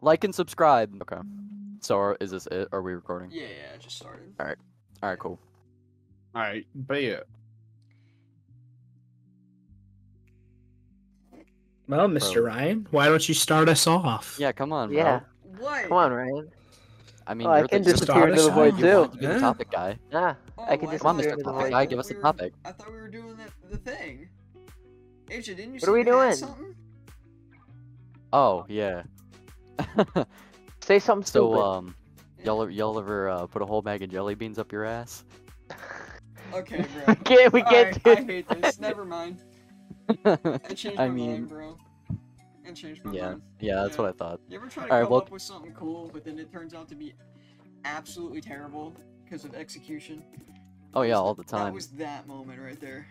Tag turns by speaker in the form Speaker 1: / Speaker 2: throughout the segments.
Speaker 1: Like and subscribe.
Speaker 2: Okay.
Speaker 1: So are, is this it? Are we recording?
Speaker 3: Yeah, yeah, I just started.
Speaker 1: All right, cool.
Speaker 2: All right, be it.
Speaker 4: Well, Mr. Ryan, why don't you start us off?
Speaker 1: Yeah, come on,
Speaker 5: Yeah,
Speaker 1: bro.
Speaker 3: What?
Speaker 5: come on, Ryan.
Speaker 1: I mean,
Speaker 5: Oh, I
Speaker 1: you're
Speaker 5: can
Speaker 1: the, you're
Speaker 4: just
Speaker 1: the-
Speaker 5: disappear into the
Speaker 4: start
Speaker 1: you're
Speaker 4: us
Speaker 5: void
Speaker 1: the-
Speaker 4: off.
Speaker 5: too.
Speaker 1: you're the
Speaker 4: Yeah.
Speaker 1: topic guy.
Speaker 5: Yeah,
Speaker 3: Oh,
Speaker 5: I can
Speaker 3: I
Speaker 5: just
Speaker 1: Come on,
Speaker 3: thought
Speaker 5: disappear
Speaker 1: Mr.
Speaker 5: into the
Speaker 3: I
Speaker 1: Topic
Speaker 5: void.
Speaker 1: Guy,
Speaker 3: thought
Speaker 1: give us
Speaker 3: we
Speaker 1: a
Speaker 3: were-
Speaker 1: topic.
Speaker 3: I thought we were doing the, the thing. Asia, didn't you
Speaker 5: What are we
Speaker 3: say you had
Speaker 5: doing?
Speaker 3: something?
Speaker 1: Oh, yeah.
Speaker 5: Say something
Speaker 1: so,
Speaker 5: stupid.
Speaker 1: um, y'all, ever- y'all ever uh, put a whole bag of jelly beans up your ass?
Speaker 3: Okay,
Speaker 5: we
Speaker 3: bro.
Speaker 5: can't. We
Speaker 3: Alright,
Speaker 5: can't
Speaker 3: I
Speaker 5: do.
Speaker 3: hate this. Never mind. I changed my
Speaker 1: I
Speaker 3: mind,
Speaker 1: mean-
Speaker 3: bro. I changed my
Speaker 1: Yeah,
Speaker 3: mind.
Speaker 1: yeah, that's
Speaker 3: Yeah.
Speaker 1: what I thought.
Speaker 3: You ever try to
Speaker 1: Alright,
Speaker 3: come
Speaker 1: well-
Speaker 3: up with something cool, but then it turns out to be absolutely terrible because of execution?
Speaker 1: Oh yeah,
Speaker 3: was-
Speaker 1: all the
Speaker 3: That
Speaker 1: time.
Speaker 3: was that moment right there.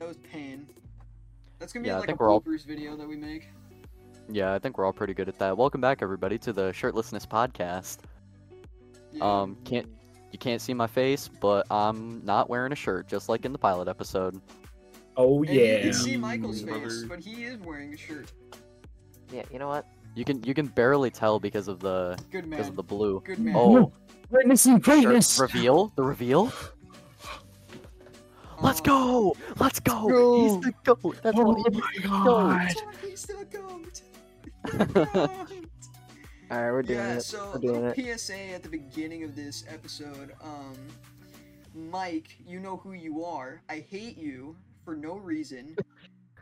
Speaker 3: That was pain. That's gonna be
Speaker 1: Yeah,
Speaker 3: in,
Speaker 1: I
Speaker 3: like
Speaker 1: think
Speaker 3: a
Speaker 1: we're all-
Speaker 3: bloopers video that we make.
Speaker 1: Yeah, I think we're all pretty good at that. Welcome back, everybody, to the Shirtlessness Podcast.
Speaker 3: Yeah.
Speaker 1: Um, can't you can't see my face, but I'm not wearing a shirt, just like in the pilot episode.
Speaker 4: Oh
Speaker 3: And You
Speaker 4: yeah.
Speaker 3: can see Michael's
Speaker 2: Mm,
Speaker 3: face,
Speaker 2: brother.
Speaker 3: but he is wearing a shirt.
Speaker 5: Yeah, you know what?
Speaker 1: You can you can barely tell because of the
Speaker 3: Good man.
Speaker 1: because of the blue.
Speaker 3: Good man.
Speaker 1: Oh,
Speaker 4: Witnessing
Speaker 1: shirt
Speaker 4: greatness.
Speaker 1: reveal the reveal. Let's
Speaker 3: Uh,
Speaker 1: go! Let's go! He's the goat. That's
Speaker 4: Oh
Speaker 1: what he
Speaker 4: my god.
Speaker 3: That's why he's the goat. Goat.
Speaker 5: All right, we're doing
Speaker 3: yeah,
Speaker 5: it.
Speaker 3: so um,
Speaker 5: We're
Speaker 3: a little
Speaker 5: doing it.
Speaker 3: PSA at the beginning of this episode. Um, Mike, you know who you are. I hate you for no reason,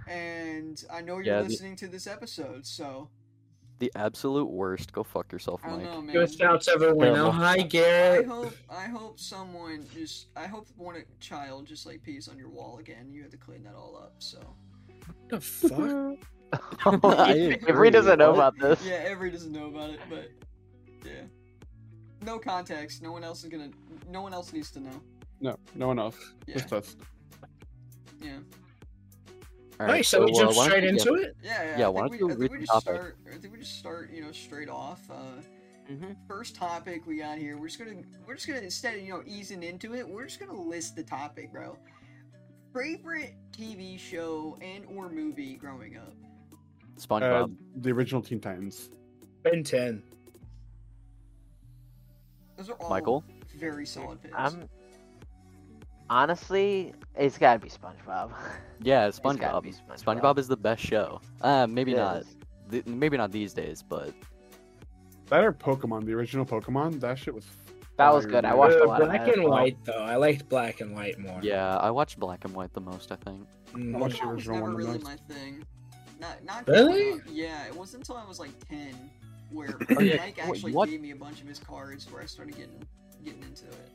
Speaker 3: and I know you're
Speaker 1: Yeah, the-
Speaker 3: listening to this episode. So
Speaker 1: The absolute worst. Go fuck yourself,
Speaker 3: I don't know,
Speaker 1: Mike.
Speaker 3: man.
Speaker 4: Good shouts, everyone.
Speaker 1: Terrible.
Speaker 4: Oh, hi,
Speaker 3: I
Speaker 4: Garrett.
Speaker 3: hope I hope someone just I hope one child just like pees on your wall again. You had to clean that all up. So
Speaker 4: What the fuck?
Speaker 1: I
Speaker 5: Avery
Speaker 1: agree,
Speaker 5: doesn't know
Speaker 1: what?
Speaker 5: about this.
Speaker 3: yeah, every doesn't know about it, but yeah, no context. No one else is gonna. No one else needs to know.
Speaker 2: No, no one else.
Speaker 3: Yeah,
Speaker 2: Just us.
Speaker 3: yeah,
Speaker 1: All
Speaker 4: Alright, so we
Speaker 1: uh,
Speaker 4: jump
Speaker 1: why don't
Speaker 4: straight
Speaker 1: you get-
Speaker 4: into it.
Speaker 3: yeah. yeah
Speaker 1: Yeah,
Speaker 3: I
Speaker 1: why
Speaker 3: think
Speaker 1: don't you
Speaker 3: we, I
Speaker 1: read the
Speaker 3: think we just
Speaker 1: topic?
Speaker 3: start. I think we just start. You know, straight off. Uh,
Speaker 1: Mm-hmm.
Speaker 3: first topic we got here. We're just gonna we're just gonna instead of you know easing into it, we're just gonna list the topic, bro. Favorite TV show and or movie growing up.
Speaker 2: Uh,
Speaker 1: SpongeBob.
Speaker 2: the original Teen Titans.
Speaker 4: Ben 10.
Speaker 3: Those are
Speaker 4: Uh,
Speaker 3: all
Speaker 1: Michael.
Speaker 3: very solid picks.
Speaker 5: I'm. Honestly, it's gotta be SpongeBob.
Speaker 1: Yeah,
Speaker 5: gotta be
Speaker 1: SpongeBob.
Speaker 5: SpongeBob.
Speaker 1: SpongeBob is the best show. Uh, maybe
Speaker 5: It
Speaker 1: not.
Speaker 5: is.
Speaker 1: Th- maybe not these days, but
Speaker 2: That or Pokemon, the original Pokemon. That shit was.
Speaker 5: That was
Speaker 2: fire,
Speaker 5: good, I
Speaker 2: man.
Speaker 5: watched a
Speaker 4: Uh,
Speaker 5: lot of
Speaker 4: black
Speaker 5: that.
Speaker 4: and white, though. I liked black and white more.
Speaker 1: yeah, I watched Black and White the most. I think.
Speaker 4: Mm.
Speaker 2: I watched the
Speaker 3: Pokemon was
Speaker 2: original
Speaker 3: never
Speaker 2: one the
Speaker 3: really
Speaker 2: most.
Speaker 3: my thing. Not not
Speaker 4: Really? Oh,
Speaker 3: growing up. Yeah, it wasn't until I was like ten where
Speaker 1: yeah,
Speaker 3: Mike
Speaker 1: what-
Speaker 3: actually
Speaker 1: what-
Speaker 3: gave me a bunch of his cards where I started getting getting into it.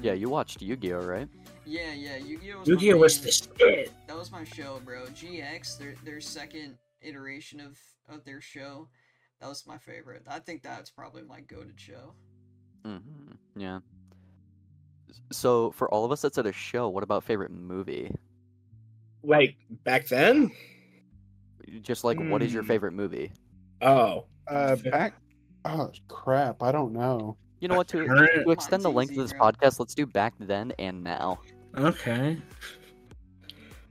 Speaker 1: Yeah, you watched Yu-Gi-Oh, right?
Speaker 3: Yeah, yeah. Yu-Gi-Oh was my
Speaker 4: Yu-Gi-Oh was
Speaker 3: main-
Speaker 4: the shit.
Speaker 3: That was my show, bro. GX, their their second iteration of of their show. That was my favorite. I think that's probably my goated show.
Speaker 1: hmm Yeah. S- So for all of us that's at a show, what about favorite movie?
Speaker 4: Like back then?
Speaker 1: Just like, what is your
Speaker 4: Hmm.
Speaker 1: favorite movie?
Speaker 4: Oh.
Speaker 2: Uh, back. Oh crap! I don't know.
Speaker 1: You know what? To
Speaker 4: Alright,
Speaker 1: to extend the length of this
Speaker 3: Zero.
Speaker 1: podcast, let's do back then and now.
Speaker 4: Okay.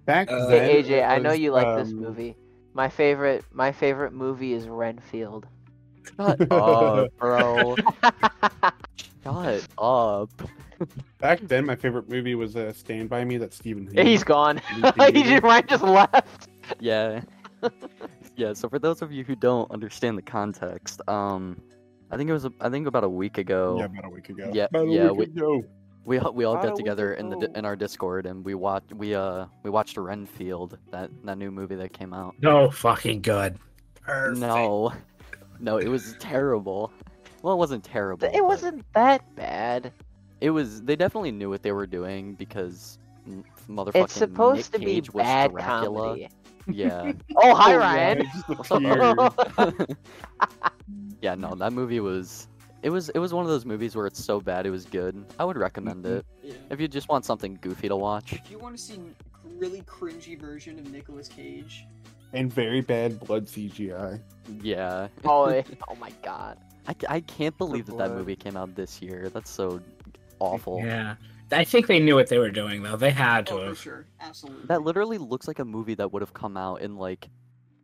Speaker 2: Back
Speaker 4: Uh,
Speaker 2: then.
Speaker 5: Hey AJ,
Speaker 2: it
Speaker 5: I know
Speaker 2: was,
Speaker 5: you like this
Speaker 2: um,
Speaker 5: movie. My favorite, my favorite movie is Renfield.
Speaker 1: Shut up, bro. Shut up.
Speaker 2: Back then, my favorite movie was uh, Stand by Me. That's Stephen.
Speaker 5: He's gone.
Speaker 2: Heath
Speaker 5: he just, Ryan just left.
Speaker 1: Yeah. Yeah. So for those of you who don't understand the context, um, I think it was a- I think about a week
Speaker 4: Oh.
Speaker 1: ago.
Speaker 2: Yeah, about a week ago.
Speaker 1: Yeah,
Speaker 2: about a
Speaker 1: yeah, we-
Speaker 2: Week ago.
Speaker 1: We all, we all
Speaker 5: About a
Speaker 1: got
Speaker 5: week
Speaker 1: together in the di-
Speaker 5: ago.
Speaker 1: in our Discord and we watched we uh we watched Renfield that that new movie that came out.
Speaker 4: No fucking good. Perfect.
Speaker 1: No, no, it was terrible. Well, it wasn't terrible.
Speaker 5: It
Speaker 1: but
Speaker 5: wasn't that bad.
Speaker 1: It was. They definitely knew what they were doing because m- motherfucking
Speaker 5: It's supposed
Speaker 1: Nick
Speaker 5: to be
Speaker 1: Cage was
Speaker 5: bad
Speaker 1: Dracula.
Speaker 5: comedy.
Speaker 1: Yeah,
Speaker 5: Oh, hi
Speaker 2: Oh,
Speaker 5: Ryan.
Speaker 2: yeah, just appeared.
Speaker 1: yeah. No, that movie was. It was. It was one of those movies where it's so bad it was good. I would recommend
Speaker 5: Mm-hmm.
Speaker 2: Mhm.
Speaker 1: it
Speaker 3: Yeah.
Speaker 1: if you just want something goofy to watch.
Speaker 3: If you want to see a really cringy version of Nicolas Cage,
Speaker 2: and very bad blood CGI.
Speaker 1: Yeah,
Speaker 5: oh, eh, oh my god.
Speaker 1: I, c- I can't
Speaker 5: Oh,
Speaker 1: believe that that
Speaker 5: blood.
Speaker 1: movie came out this year. That's so awful.
Speaker 4: Yeah. I think they knew what they were doing, though. They had to
Speaker 3: oh for
Speaker 4: have.
Speaker 3: sure, absolutely.
Speaker 1: That literally looks like a movie that would have come out in like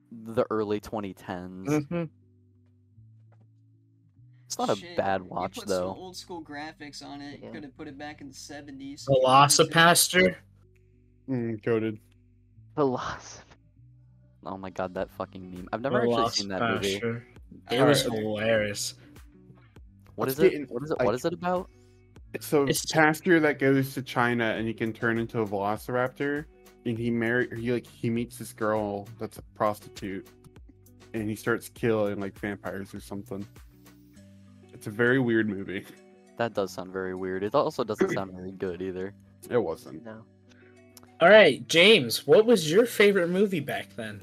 Speaker 1: the early 2010s.
Speaker 4: Mhm.
Speaker 1: It's not a
Speaker 3: shit.
Speaker 1: bad
Speaker 3: You
Speaker 1: watch
Speaker 3: put
Speaker 1: though.
Speaker 3: Some old school graphics on it.
Speaker 5: Yeah.
Speaker 3: You could have put it back in the seventies.
Speaker 4: Velocipaster.
Speaker 2: Mm, goaded.
Speaker 5: Philosophy.
Speaker 1: Oh my god, that fucking meme. I've never actually seen that movie.
Speaker 4: Velocipaster. It
Speaker 3: Alright.
Speaker 4: was hilarious.
Speaker 1: What is
Speaker 2: Let's get
Speaker 1: it?
Speaker 2: in-
Speaker 1: What is it?
Speaker 2: like-
Speaker 1: What is it about?
Speaker 2: So
Speaker 4: It's-
Speaker 2: pasture that goes to China and he can turn into a velociraptor, and he marry or he like he meets this girl that's a prostitute, and he starts killing like vampires or something. It's a very weird movie.
Speaker 1: That does sound very weird. It also doesn't sound very good either.
Speaker 2: It wasn't
Speaker 5: No.
Speaker 4: All right, James, what was your favorite movie back then?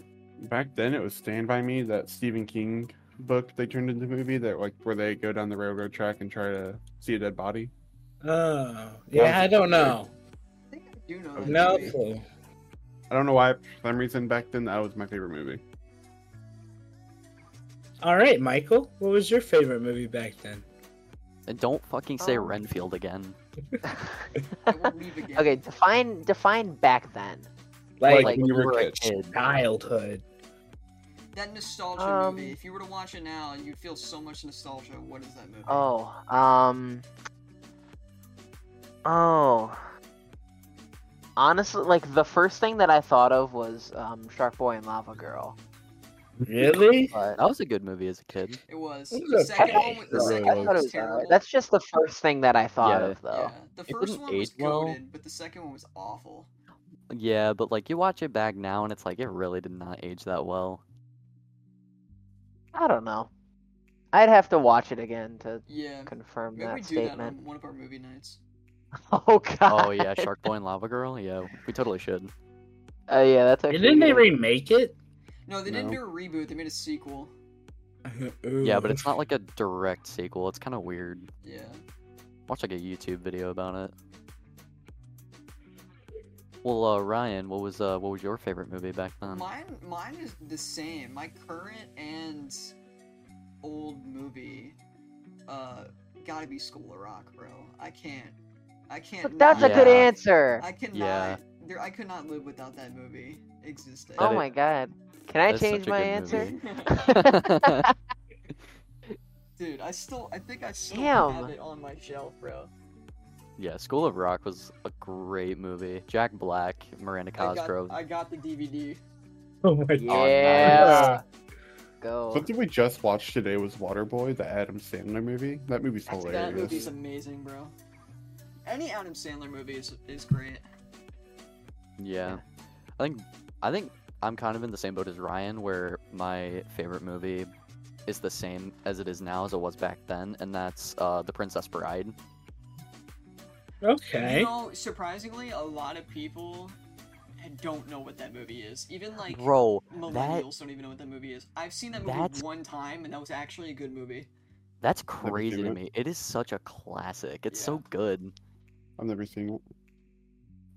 Speaker 2: back then. It was Stand by Me, that Stephen King book they turned into a movie that like where they go down the railroad track and try to see a dead body.
Speaker 4: Oh, yeah, I don't know.
Speaker 3: I think I do know. that
Speaker 4: No
Speaker 3: movie.
Speaker 4: clue.
Speaker 2: I don't know why for some reason back then that was my favorite movie.
Speaker 4: All right, Michael, what was your favorite movie back then?
Speaker 1: And don't fucking say
Speaker 5: Um,
Speaker 1: Renfield again.
Speaker 3: I won't leave again.
Speaker 5: okay, define define back then.
Speaker 4: Like,
Speaker 1: Like
Speaker 2: when you were a
Speaker 1: kid.
Speaker 4: childhood.
Speaker 3: That nostalgia
Speaker 5: Um,
Speaker 3: movie. If you were to watch it now, you'd feel so much nostalgia. What is that movie?
Speaker 5: Oh, um, oh. Honestly, like the first thing that I thought of was um, Shark Boy and Lava Girl.
Speaker 4: Really?
Speaker 5: But
Speaker 1: That was a good movie as a kid.
Speaker 3: It was.
Speaker 4: It was
Speaker 3: The second
Speaker 4: okay.
Speaker 3: one was, the
Speaker 2: It
Speaker 3: second
Speaker 2: really
Speaker 3: one
Speaker 5: Thought it
Speaker 3: was
Speaker 5: was
Speaker 3: terrible.
Speaker 5: alright. That's just the first thing that I thought
Speaker 1: Yeah.
Speaker 5: of, though.
Speaker 3: Yeah, the
Speaker 1: It
Speaker 3: first
Speaker 1: didn't
Speaker 3: one was
Speaker 1: age well.
Speaker 3: goaded, but the second one was awful.
Speaker 1: Yeah, but like you watch it back now and it's like it really did not age that well.
Speaker 5: I don't know. I'd have to watch it again to
Speaker 3: Yeah.
Speaker 5: confirm
Speaker 3: Maybe we
Speaker 5: that
Speaker 3: do that
Speaker 5: statement.
Speaker 3: on one of our movie nights.
Speaker 5: Oh god.
Speaker 1: Oh yeah, Shark Boy and Lava Girl. Yeah, we totally should.
Speaker 5: Uh,
Speaker 1: Oh,
Speaker 5: yeah, that's actually.
Speaker 4: Didn't they
Speaker 5: good.
Speaker 4: remake it?
Speaker 3: No, they didn't
Speaker 2: No.
Speaker 3: do a reboot. They made a sequel.
Speaker 1: Yeah, but it's not like a direct sequel. It's kind of weird.
Speaker 3: Yeah.
Speaker 1: Watch like a YouTube video about it. Well, uh, Ryan, what was uh, what was your favorite movie back then?
Speaker 3: Mine, mine is the same. My current and old movie, uh, gotta be School of Rock, bro. I can't, I can't.
Speaker 5: But that's a
Speaker 3: not-
Speaker 5: good
Speaker 1: Yeah.
Speaker 5: answer.
Speaker 3: I cannot.
Speaker 1: Yeah.
Speaker 3: There, I could not live without that movie existing.
Speaker 1: That
Speaker 5: oh
Speaker 1: is-
Speaker 5: my god. Can I
Speaker 1: That's such
Speaker 5: change
Speaker 1: a
Speaker 5: my
Speaker 1: good
Speaker 5: answer?
Speaker 1: movie.
Speaker 3: Dude, I still, I think I still
Speaker 5: Damn.
Speaker 3: have it on my shelf, bro.
Speaker 1: yeah, School of Rock was a great movie. Jack Black, Miranda
Speaker 3: I got,
Speaker 1: Cosgrove.
Speaker 3: I got the DVD.
Speaker 4: Oh my
Speaker 5: yeah.
Speaker 1: nice.
Speaker 5: Go.
Speaker 2: Something we just watched today was Waterboy, the Adam Sandler movie. That movie's
Speaker 3: That movie's
Speaker 2: hilarious.
Speaker 3: amazing, bro. Any Adam Sandler movie is, is great.
Speaker 1: Yeah. I think I think I'm kind of in the same boat as Ryan where my favorite movie is the same as it is now as it was back then and that's uh The Princess Bride.
Speaker 4: Okay.
Speaker 3: You know, surprisingly, a lot of people don't know what that movie is. Even like
Speaker 1: Bro,
Speaker 3: millennials don't even know what that movie is. I've seen that movie
Speaker 1: that's-
Speaker 3: one time, and that was actually a good movie.
Speaker 1: that's
Speaker 2: seen
Speaker 1: crazy to
Speaker 2: it.
Speaker 1: me. It is such a classic. It's
Speaker 3: Yeah.
Speaker 1: so good.
Speaker 2: I've never seen it.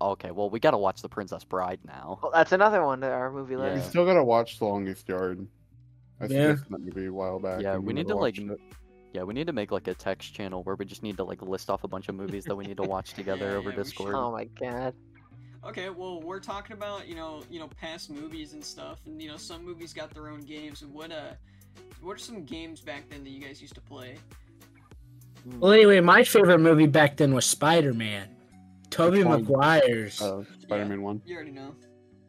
Speaker 1: Okay, well we got to watch The Princess Bride now.
Speaker 5: Well, that's another one to our movie
Speaker 2: We
Speaker 1: Yeah.
Speaker 5: list.
Speaker 2: still gotta watch The Longest Yard. I
Speaker 4: Yeah.
Speaker 2: suggested that movie a while back.
Speaker 1: Yeah,
Speaker 2: and
Speaker 1: we need
Speaker 2: never
Speaker 1: to, like,
Speaker 2: watched it.
Speaker 1: Yeah, we need to make like a text channel where we just need to like list off a bunch of movies that we need to watch together
Speaker 3: Yeah,
Speaker 1: over
Speaker 3: yeah, we should.
Speaker 1: Discord.
Speaker 5: Oh my god.
Speaker 3: Okay, well, we're talking about you know, you know, past movies and stuff, and you know, some movies got their own games. What uh, what are some games back then that you guys used to play?
Speaker 4: Well, anyway, my favorite movie back then was Spider Man. Tobey
Speaker 2: Which one?
Speaker 4: Maguire's.
Speaker 1: Oh.
Speaker 2: Uh, Spider-Man one.
Speaker 3: You already know.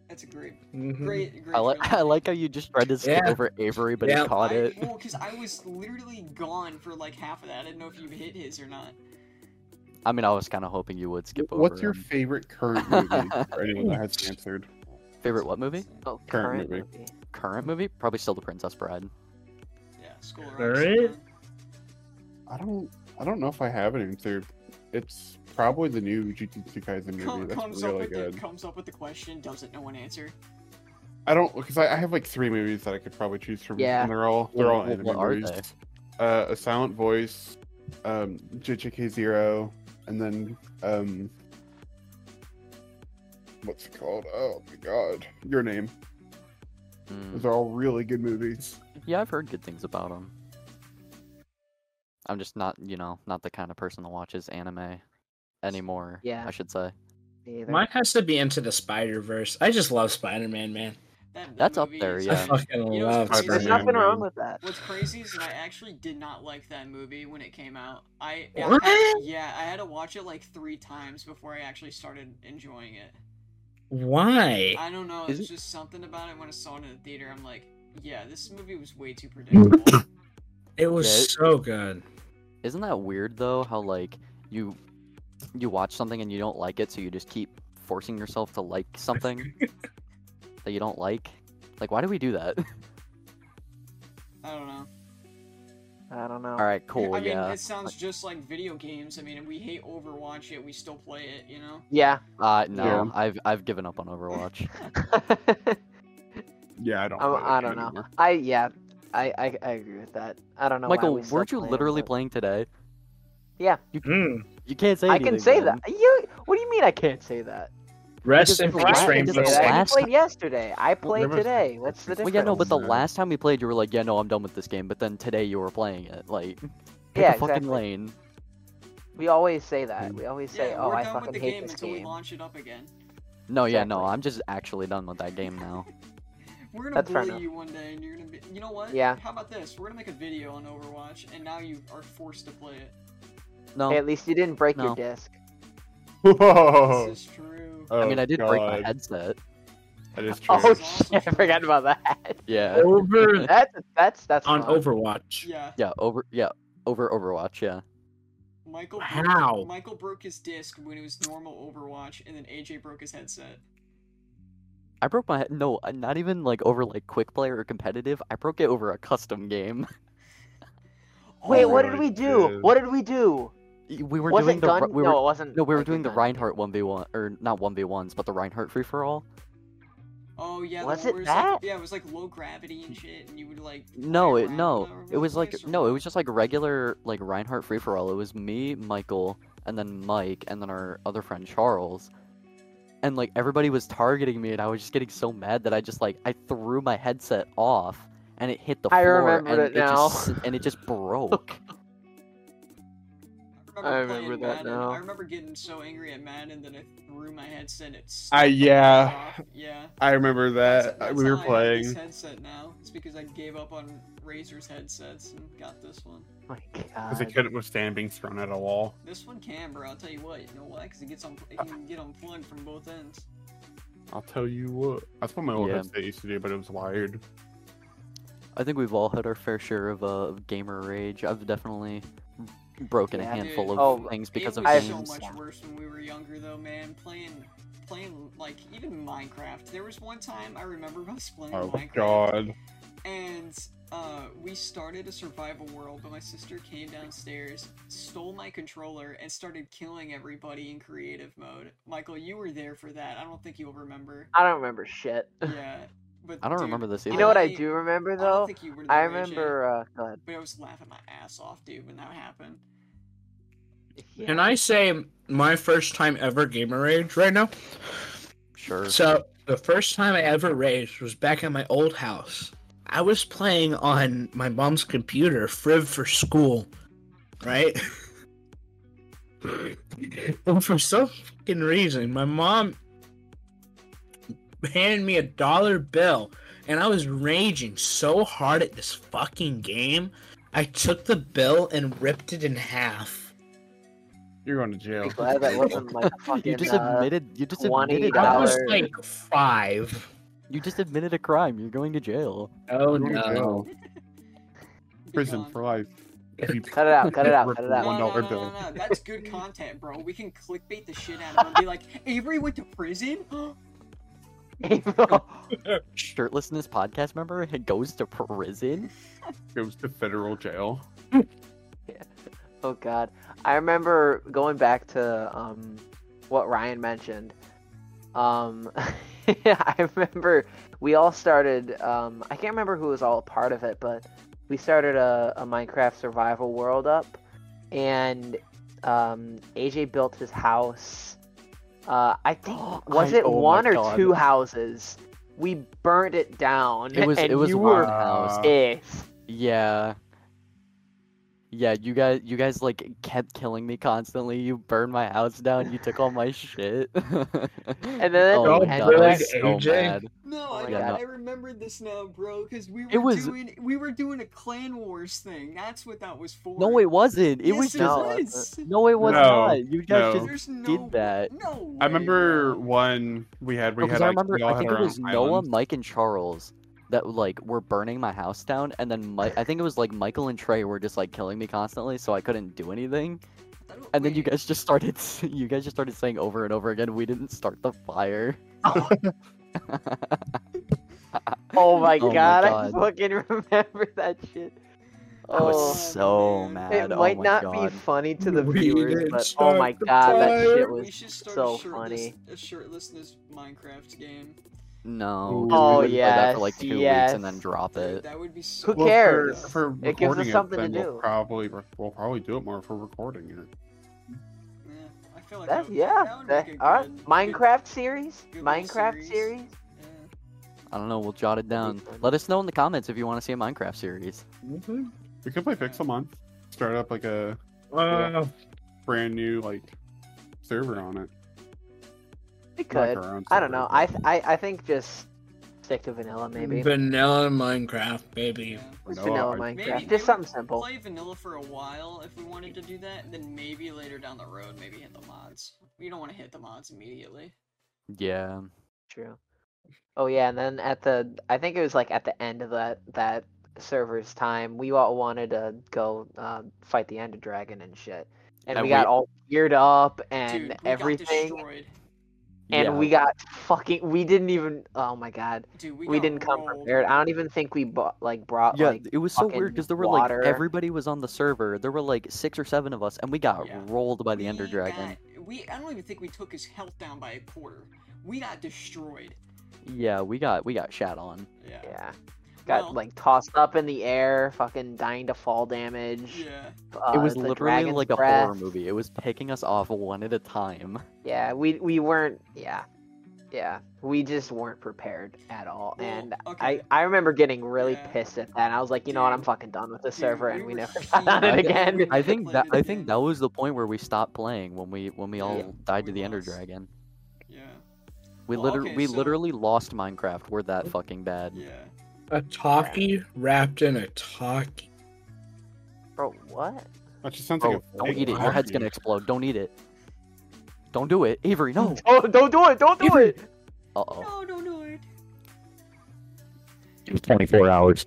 Speaker 3: That's a great,
Speaker 4: Mhm.
Speaker 3: great, great.
Speaker 1: Mm-hmm. I like
Speaker 3: film.
Speaker 1: I like how you just tried to skip
Speaker 4: Yeah.
Speaker 1: over Avery but
Speaker 4: Yeah.
Speaker 1: he caught
Speaker 3: I-
Speaker 1: it.
Speaker 3: Well, because I was literally gone for like half of that. I didn't know if you hit his or not.
Speaker 1: I mean, I was kind of hoping you would skip over.
Speaker 2: What's your
Speaker 1: him.
Speaker 2: favorite current movie? for anyone that hasn't answered.
Speaker 1: favorite what movie?
Speaker 5: Oh,
Speaker 2: Current
Speaker 5: current,
Speaker 2: movie.
Speaker 5: movie.
Speaker 1: Current movie? Probably still The Princess Bride.
Speaker 3: Yeah, school around.
Speaker 4: Alright.
Speaker 2: I don't. I don't know if I have an answer. It's probably the new Jujutsu Kaisen movie.
Speaker 3: Com-
Speaker 2: That's
Speaker 3: comes,
Speaker 2: really
Speaker 3: up with
Speaker 2: good.
Speaker 3: The, comes up with the question, doesn't know an answer.
Speaker 2: I don't because I, I have like three movies that I could probably choose from.
Speaker 5: Yeah.
Speaker 2: and they're all they're all
Speaker 1: What- what
Speaker 2: anime
Speaker 1: are
Speaker 2: movies. Uh, a Silent Voice, um, JJK Zero, and then um, what's it called? Oh my god, Your Name.
Speaker 1: Mm.
Speaker 2: Those are all really good movies.
Speaker 1: Yeah, I've heard good things about them. I'm just not, you know, not the kind of person that watches anime anymore.
Speaker 5: Yeah.
Speaker 1: I should say.
Speaker 5: Me either.
Speaker 4: Mine has to be into the Spider Verse. I just love Spider Man, man.
Speaker 3: That
Speaker 1: That's up
Speaker 3: movie
Speaker 1: there,
Speaker 3: is-
Speaker 4: I
Speaker 1: yeah.
Speaker 4: fucking
Speaker 3: You know,
Speaker 4: love
Speaker 3: it's crazy.
Speaker 2: Spider-Man,
Speaker 5: There's
Speaker 4: Spider-Man.
Speaker 5: nothing wrong
Speaker 2: man.
Speaker 5: with that.
Speaker 3: What's crazy is that I actually did not like that movie when it came out. I I-
Speaker 4: What?
Speaker 3: yeah, I had to watch it like three times before I actually started enjoying it.
Speaker 4: Why?
Speaker 3: I don't know,
Speaker 1: Is
Speaker 3: it's
Speaker 1: it-
Speaker 3: just something about it when I saw it in the theater. I'm like, yeah, this movie was way too predictable.
Speaker 4: It was
Speaker 1: Yeah, it-
Speaker 4: so good.
Speaker 1: Isn't that weird though? How like you you watch something and you don't like it, so you just keep forcing yourself to like something that you don't like. Like, why do we do that?
Speaker 3: I don't know.
Speaker 5: I don't know.
Speaker 1: All right, cool.
Speaker 3: I mean,
Speaker 1: Oh, yeah,
Speaker 3: it sounds just like video games. I mean, we hate Overwatch, yet we still play it. You know.
Speaker 5: Yeah.
Speaker 1: Uh, no,
Speaker 2: Yeah.
Speaker 1: I've I've given up on Overwatch.
Speaker 2: Yeah, I don't.
Speaker 5: Um,
Speaker 1: Oh,
Speaker 2: play that
Speaker 5: I don't
Speaker 2: game
Speaker 5: know.
Speaker 2: anymore.
Speaker 5: I yeah. I, I I agree with that. I don't know. why
Speaker 1: Michael,
Speaker 5: we still
Speaker 1: weren't you
Speaker 5: play it,
Speaker 1: literally
Speaker 5: but-
Speaker 1: playing today?
Speaker 4: Mm.
Speaker 1: You can't say.
Speaker 5: I can
Speaker 1: anything,
Speaker 5: say
Speaker 1: man.
Speaker 5: that. You. What do you mean I can't say that?
Speaker 4: Rest
Speaker 1: Because
Speaker 4: in
Speaker 1: the
Speaker 4: peace,
Speaker 1: last-
Speaker 5: I, can
Speaker 4: Rainbow
Speaker 5: say
Speaker 1: because the
Speaker 5: that. I
Speaker 1: last-
Speaker 5: played yesterday. I played
Speaker 2: remember-
Speaker 5: today. What's the
Speaker 1: Well,
Speaker 5: difference?
Speaker 1: yeah, no, but the
Speaker 2: Yeah.
Speaker 1: last time we played, you were like, "Yeah, no, I'm done with this game." But then today, you were playing it. Like, pick
Speaker 5: Yeah,
Speaker 1: a fucking
Speaker 5: exactly.
Speaker 1: lane.
Speaker 5: We always say that.
Speaker 1: Hmm.
Speaker 5: We always say,
Speaker 3: yeah,
Speaker 5: "Oh,
Speaker 3: we're
Speaker 5: I
Speaker 3: done with
Speaker 5: fucking
Speaker 3: the
Speaker 5: hate
Speaker 3: game
Speaker 5: this
Speaker 3: until we
Speaker 5: game."
Speaker 3: launch it up again.
Speaker 1: No, yeah, no,
Speaker 5: Exactly.
Speaker 1: I'm just actually done with that game now.
Speaker 3: We're gonna
Speaker 5: That's fair
Speaker 3: bully
Speaker 5: enough.
Speaker 3: you one day, and you're gonna be. You know what?
Speaker 5: Yeah.
Speaker 3: How about this? We're gonna make a video on Overwatch, and now you are forced to play it.
Speaker 1: No,
Speaker 5: Hey, at least you didn't break
Speaker 1: No.
Speaker 5: your disc.
Speaker 2: Whoa.
Speaker 3: This is true.
Speaker 1: I mean,
Speaker 2: Oh,
Speaker 1: I did break my
Speaker 2: God.
Speaker 1: headset.
Speaker 2: That is true.
Speaker 5: Oh
Speaker 3: This is
Speaker 5: shit!
Speaker 3: awesome.
Speaker 5: I forgot about that.
Speaker 1: Yeah,
Speaker 4: Over
Speaker 5: That's that's that's
Speaker 4: on
Speaker 5: fun.
Speaker 4: Overwatch.
Speaker 3: yeah.
Speaker 1: yeah, over, yeah, over Overwatch. Yeah,
Speaker 3: Michael. broke-
Speaker 4: How?
Speaker 3: Michael broke his disc when it was normal Overwatch, and then AJ broke his headset.
Speaker 1: I broke my head. No, uh, not even like over like quick play or competitive. I broke it over a custom game.
Speaker 5: Wait, what
Speaker 2: Oh
Speaker 5: did
Speaker 2: my
Speaker 5: we do?
Speaker 2: God.
Speaker 5: What did we do?
Speaker 1: We were
Speaker 5: was
Speaker 1: doing
Speaker 5: it
Speaker 1: the
Speaker 5: gun?
Speaker 1: Ru- we
Speaker 5: no,
Speaker 1: were
Speaker 5: it wasn't.
Speaker 1: no, we were
Speaker 5: like,
Speaker 1: doing the
Speaker 5: gun.
Speaker 1: Reinhardt one v one or not one v ones, but the Reinhardt free for all.
Speaker 3: Oh yeah. the
Speaker 5: Was
Speaker 3: one
Speaker 5: it
Speaker 3: where
Speaker 5: that?
Speaker 3: Like, yeah, it was like low gravity and shit, and you would like.
Speaker 1: No,
Speaker 3: fly
Speaker 1: it
Speaker 3: around
Speaker 1: no.
Speaker 3: all over
Speaker 1: It
Speaker 3: the
Speaker 1: was like
Speaker 3: place, or
Speaker 1: no,
Speaker 3: what?
Speaker 1: it was just like regular like Reinhardt free for all. It was me, Michael, and then Mike, and then our other friend Charles. And like everybody was targeting me and I was just getting so mad that I just like I threw my headset off and it hit the
Speaker 5: I
Speaker 1: floor
Speaker 5: remember
Speaker 1: and
Speaker 5: it now.
Speaker 1: just and it just broke.
Speaker 3: I
Speaker 5: I
Speaker 3: remember, playing
Speaker 5: remember that
Speaker 3: Madden.
Speaker 5: now.
Speaker 3: I remember getting so angry at Madden that I threw my headset. It
Speaker 2: I yeah.
Speaker 3: off. Yeah.
Speaker 2: I remember that
Speaker 3: That's-
Speaker 2: Uh, we
Speaker 3: that's
Speaker 2: were
Speaker 3: how I have this
Speaker 2: playing.
Speaker 3: headset now. It's because I gave up on Razer's headsets and got this one.
Speaker 5: My
Speaker 2: Because I
Speaker 5: God.
Speaker 2: couldn't withstand being thrown at a wall.
Speaker 3: This one can, bro. I'll tell you what. You know why? Because it gets on. It can get unplugged from both ends.
Speaker 2: I'll tell you what. That's what my old
Speaker 1: Yeah.
Speaker 2: headset used to do, but it was wired.
Speaker 1: I think we've all had our fair share of uh, gamer rage. I've definitely broken
Speaker 5: Yeah.
Speaker 1: a handful of
Speaker 3: Dude,
Speaker 5: oh,
Speaker 1: things because
Speaker 3: it
Speaker 1: of
Speaker 3: was
Speaker 5: I've-
Speaker 3: so
Speaker 1: games.
Speaker 3: much worse when we were younger, though, man. Playing, playing like even Minecraft. There was one time I remember us playing
Speaker 2: Oh
Speaker 3: Minecraft,
Speaker 2: God.
Speaker 3: and uh, we started a survival world. But my sister came downstairs, stole my controller, and started killing everybody in creative mode. Michael, you were there for that. I don't think you'll remember.
Speaker 5: I don't remember shit.
Speaker 3: Yeah, but
Speaker 1: I don't
Speaker 3: dude,
Speaker 1: remember this
Speaker 3: I
Speaker 1: either.
Speaker 5: You know what I
Speaker 3: think-
Speaker 5: do remember
Speaker 3: I don't
Speaker 5: though?
Speaker 3: think you were. there,
Speaker 5: I
Speaker 3: AJ,
Speaker 5: remember. Uh, go ahead.
Speaker 3: but I was laughing my ass off, dude, when that happened.
Speaker 4: Can I say my first time ever gamer rage right now?
Speaker 1: Sure.
Speaker 4: So the first time I ever raged was back at my old house. I was playing on my mom's computer, Friv for school, right? and for some fucking reason, my mom handed me a dollar bill, and I was raging so hard at this fucking game. I took the bill and ripped it in half.
Speaker 2: You're going to jail.
Speaker 5: I'm glad that wasn't like fucking.
Speaker 1: You just
Speaker 5: uh,
Speaker 1: admitted. You just
Speaker 5: $20
Speaker 1: admitted.
Speaker 4: I was
Speaker 1: a-
Speaker 5: Dollar.
Speaker 4: like five.
Speaker 1: You just admitted a crime. You're going to jail.
Speaker 5: uh,
Speaker 2: You're
Speaker 4: Oh
Speaker 2: going to
Speaker 4: no.
Speaker 2: jail. Prison
Speaker 3: Gone.
Speaker 2: for life. If you-
Speaker 5: Cut it out! Cut it out! Cut it
Speaker 3: No,
Speaker 5: out!
Speaker 3: no, no,
Speaker 2: $1
Speaker 3: no,
Speaker 2: bill.
Speaker 3: no, no, That's good content, bro. We can clickbait the shit out of him. Be like, Avery went to prison.
Speaker 5: April.
Speaker 1: Shirtlessness podcast member he goes to prison.
Speaker 2: goes to federal jail.
Speaker 5: Oh god. I remember going back to um what Ryan mentioned. Um I remember we all started um I can't remember who was all a part of it, but we started a, a Minecraft survival world up and um AJ built his house. Uh I think was
Speaker 1: I-
Speaker 5: it
Speaker 1: oh my
Speaker 5: one or
Speaker 1: God.
Speaker 5: two houses? We burned it down.
Speaker 1: It was.
Speaker 5: and
Speaker 1: it was
Speaker 5: you
Speaker 1: one
Speaker 5: were
Speaker 1: house.
Speaker 2: Wow.
Speaker 5: pissed.
Speaker 1: Yeah. Yeah, you guys, you guys like kept killing me constantly. You burned my house down. You took all my shit.
Speaker 5: And then
Speaker 1: oh, my
Speaker 5: at the
Speaker 1: God,
Speaker 5: end
Speaker 1: I
Speaker 5: of
Speaker 4: Really?
Speaker 5: it,
Speaker 1: was so
Speaker 4: AJ?
Speaker 1: mad.
Speaker 3: No,
Speaker 5: Oh
Speaker 3: I,
Speaker 5: my
Speaker 1: God, no.
Speaker 3: I remembered this now, bro, because we were
Speaker 1: was-
Speaker 3: doing we were doing a clan wars thing. That's what that was for.
Speaker 1: No, it wasn't. It
Speaker 3: Yes,
Speaker 1: was
Speaker 3: it
Speaker 1: just.
Speaker 5: No, it
Speaker 3: was.
Speaker 1: No, it was
Speaker 2: No,
Speaker 1: not. You guys
Speaker 2: no.
Speaker 1: just
Speaker 3: There's no
Speaker 1: did that.
Speaker 3: No.
Speaker 2: Oh. I
Speaker 3: way,
Speaker 2: remember
Speaker 3: bro.
Speaker 2: one we had.
Speaker 5: Oh,
Speaker 2: We
Speaker 1: because
Speaker 2: had.
Speaker 1: Oh, I
Speaker 2: like,
Speaker 1: remember,
Speaker 2: we all
Speaker 1: I
Speaker 2: had
Speaker 1: think
Speaker 2: our
Speaker 1: it
Speaker 2: own
Speaker 1: was Noah,
Speaker 2: islands.
Speaker 1: Mike, and Charles that like were burning my house down, and then Mi- I think it was like Michael and Trey were just like killing me constantly, so I couldn't do anything.
Speaker 3: I don't-
Speaker 1: And then you
Speaker 3: wait,
Speaker 1: guys just started, s- you guys just started saying over and over again, we didn't start the fire.
Speaker 5: oh my
Speaker 1: Oh my
Speaker 5: god, I
Speaker 1: God.
Speaker 5: fucking remember that shit.
Speaker 1: I
Speaker 5: Oh.
Speaker 1: was so
Speaker 3: man.
Speaker 1: mad.
Speaker 5: It
Speaker 1: oh
Speaker 5: might
Speaker 1: my
Speaker 5: not
Speaker 1: God.
Speaker 5: be funny to the
Speaker 4: We
Speaker 5: viewers,
Speaker 4: didn't
Speaker 5: but oh my
Speaker 4: start the
Speaker 5: god, that shit
Speaker 4: fire.
Speaker 3: we
Speaker 5: was.
Speaker 3: should start
Speaker 5: so
Speaker 3: a shirtless,
Speaker 5: funny.
Speaker 3: a shirtlessness Minecraft game.
Speaker 1: No.
Speaker 2: Ooh.
Speaker 1: we're
Speaker 5: Oh
Speaker 1: gonna play that for like
Speaker 5: yes,
Speaker 1: two weeks and then
Speaker 5: yes.
Speaker 1: drop
Speaker 3: Dude,
Speaker 1: it.
Speaker 3: that would be so.
Speaker 5: Who cares?
Speaker 2: If we're
Speaker 5: It gives us
Speaker 2: recording
Speaker 5: something to
Speaker 2: then We'll
Speaker 5: do.
Speaker 2: probably re- we'll probably do it more if we're recording it.
Speaker 3: Yeah, I feel like
Speaker 5: That,
Speaker 3: would-
Speaker 5: yeah,
Speaker 3: would
Speaker 5: that,
Speaker 3: make a
Speaker 5: all right.
Speaker 3: good-
Speaker 5: Minecraft series,
Speaker 3: good little
Speaker 5: Minecraft
Speaker 3: series.
Speaker 5: series.
Speaker 3: good- yeah.
Speaker 1: I don't know. We'll jot it down.
Speaker 5: fun.
Speaker 1: Let us know in the comments if you want to see a Minecraft series.
Speaker 2: We could play Pixelmon. Start up like a
Speaker 4: Uh,
Speaker 2: brand new like server on it.
Speaker 5: We
Speaker 2: Not like
Speaker 5: could.
Speaker 2: our own
Speaker 5: I don't know.
Speaker 2: server,
Speaker 5: I, th- I I think just stick to vanilla maybe.
Speaker 4: vanilla Minecraft, baby.
Speaker 3: yeah.
Speaker 2: but
Speaker 5: Just
Speaker 2: no,
Speaker 5: vanilla
Speaker 2: I-
Speaker 5: Minecraft,
Speaker 3: Maybe- maybe
Speaker 5: just something simple.
Speaker 3: Play vanilla for a while if we wanted to do that. Then maybe later down the road, maybe hit the mods. We don't want to hit the mods immediately.
Speaker 1: Yeah.
Speaker 5: True. Oh yeah, and then at the I think it was like at the end of that that server's time, we all wanted to go uh, fight the Ender Dragon and shit, and
Speaker 1: Yeah,
Speaker 5: we got
Speaker 1: we-
Speaker 5: all geared up and
Speaker 3: Dude, we
Speaker 5: everything,
Speaker 3: got destroyed.
Speaker 5: and
Speaker 1: yeah.
Speaker 5: we got fucking we didn't even oh my god,
Speaker 3: Dude, we,
Speaker 5: we,
Speaker 3: got
Speaker 5: didn't come
Speaker 3: rolled.
Speaker 5: prepared. I don't even think we bought like brought
Speaker 1: Yeah,
Speaker 5: like
Speaker 1: it was so weird
Speaker 5: fucking
Speaker 1: because there were
Speaker 5: water.
Speaker 1: like everybody was on the server. There were like six or seven of us, and we got
Speaker 3: Yeah.
Speaker 1: rolled by the Ender
Speaker 3: We
Speaker 1: Dragon.
Speaker 3: got- we I don't even think we took his health down by a quarter. We got destroyed.
Speaker 1: Yeah, we got we got shat on.
Speaker 3: Yeah.
Speaker 5: yeah. Got
Speaker 3: Well-
Speaker 5: like tossed up in the air, fucking dying to fall damage.
Speaker 3: Yeah.
Speaker 5: Uh,
Speaker 1: it was
Speaker 5: the
Speaker 1: literally
Speaker 5: dragon's
Speaker 1: like a horror
Speaker 5: breath.
Speaker 1: movie. It was picking us off one at a time.
Speaker 5: Yeah, we we weren't. Yeah, yeah, we just weren't prepared at all.
Speaker 3: Well,
Speaker 5: and
Speaker 3: okay.
Speaker 5: I I remember getting really
Speaker 3: Yeah.
Speaker 5: pissed at that. And I was like, you know what, I'm
Speaker 3: Dude,
Speaker 5: fucking done with this
Speaker 3: dude,
Speaker 5: server,
Speaker 3: we
Speaker 5: and we
Speaker 3: were
Speaker 5: never got on
Speaker 1: I-
Speaker 5: it again.
Speaker 3: we-
Speaker 1: I think
Speaker 3: played
Speaker 1: that
Speaker 3: it
Speaker 1: I
Speaker 3: again.
Speaker 1: think that was the point where we stopped playing when we when we
Speaker 3: Yeah,
Speaker 1: all died to
Speaker 3: we
Speaker 1: the Ender
Speaker 3: lost.
Speaker 1: Dragon.
Speaker 3: Yeah.
Speaker 1: We
Speaker 3: Well,
Speaker 1: literally
Speaker 3: okay,
Speaker 1: we
Speaker 3: so-
Speaker 1: literally lost Minecraft. We're that fucking bad.
Speaker 3: Yeah.
Speaker 4: A talkie wrapped in a talkie.
Speaker 5: Bro, what?
Speaker 2: That just sounds
Speaker 1: Bro,
Speaker 2: like a
Speaker 1: Oh, don't
Speaker 2: fake
Speaker 1: eat it. Your head's gonna
Speaker 2: coffee.
Speaker 1: explode. Don't eat it. Don't do it, Avery. No.
Speaker 5: Oh, don't do it! Don't do
Speaker 1: Avery.
Speaker 5: it!
Speaker 1: Uh oh.
Speaker 3: No, don't do it.
Speaker 1: It was 24 hours.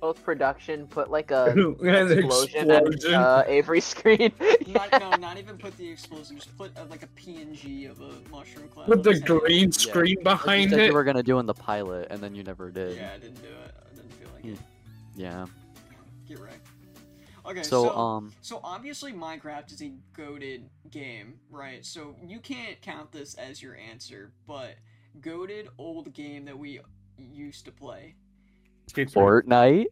Speaker 5: Both production put like
Speaker 1: Uh,
Speaker 5: a
Speaker 4: An
Speaker 5: explosion on
Speaker 4: explosion.
Speaker 5: uh, Avery's screen.
Speaker 3: Not, no, not even put the explosion. Just put a, like a PNG of a mushroom cloud.
Speaker 4: With
Speaker 3: on
Speaker 4: the
Speaker 3: his head.
Speaker 4: green screen
Speaker 1: Like you
Speaker 4: behind
Speaker 1: said
Speaker 4: it.
Speaker 1: you were gonna do in the pilot, and then you never did.
Speaker 3: Yeah, I didn't do it. I didn't feel like
Speaker 1: Mm.
Speaker 3: it.
Speaker 1: Yeah.
Speaker 3: Get right. Okay,
Speaker 1: Hmm. So,
Speaker 3: so,
Speaker 1: um,
Speaker 3: so obviously Minecraft is a goaded game, right? So you can't count this as your answer, but goaded old game that we used to play.
Speaker 2: Skates are-
Speaker 1: Fortnite.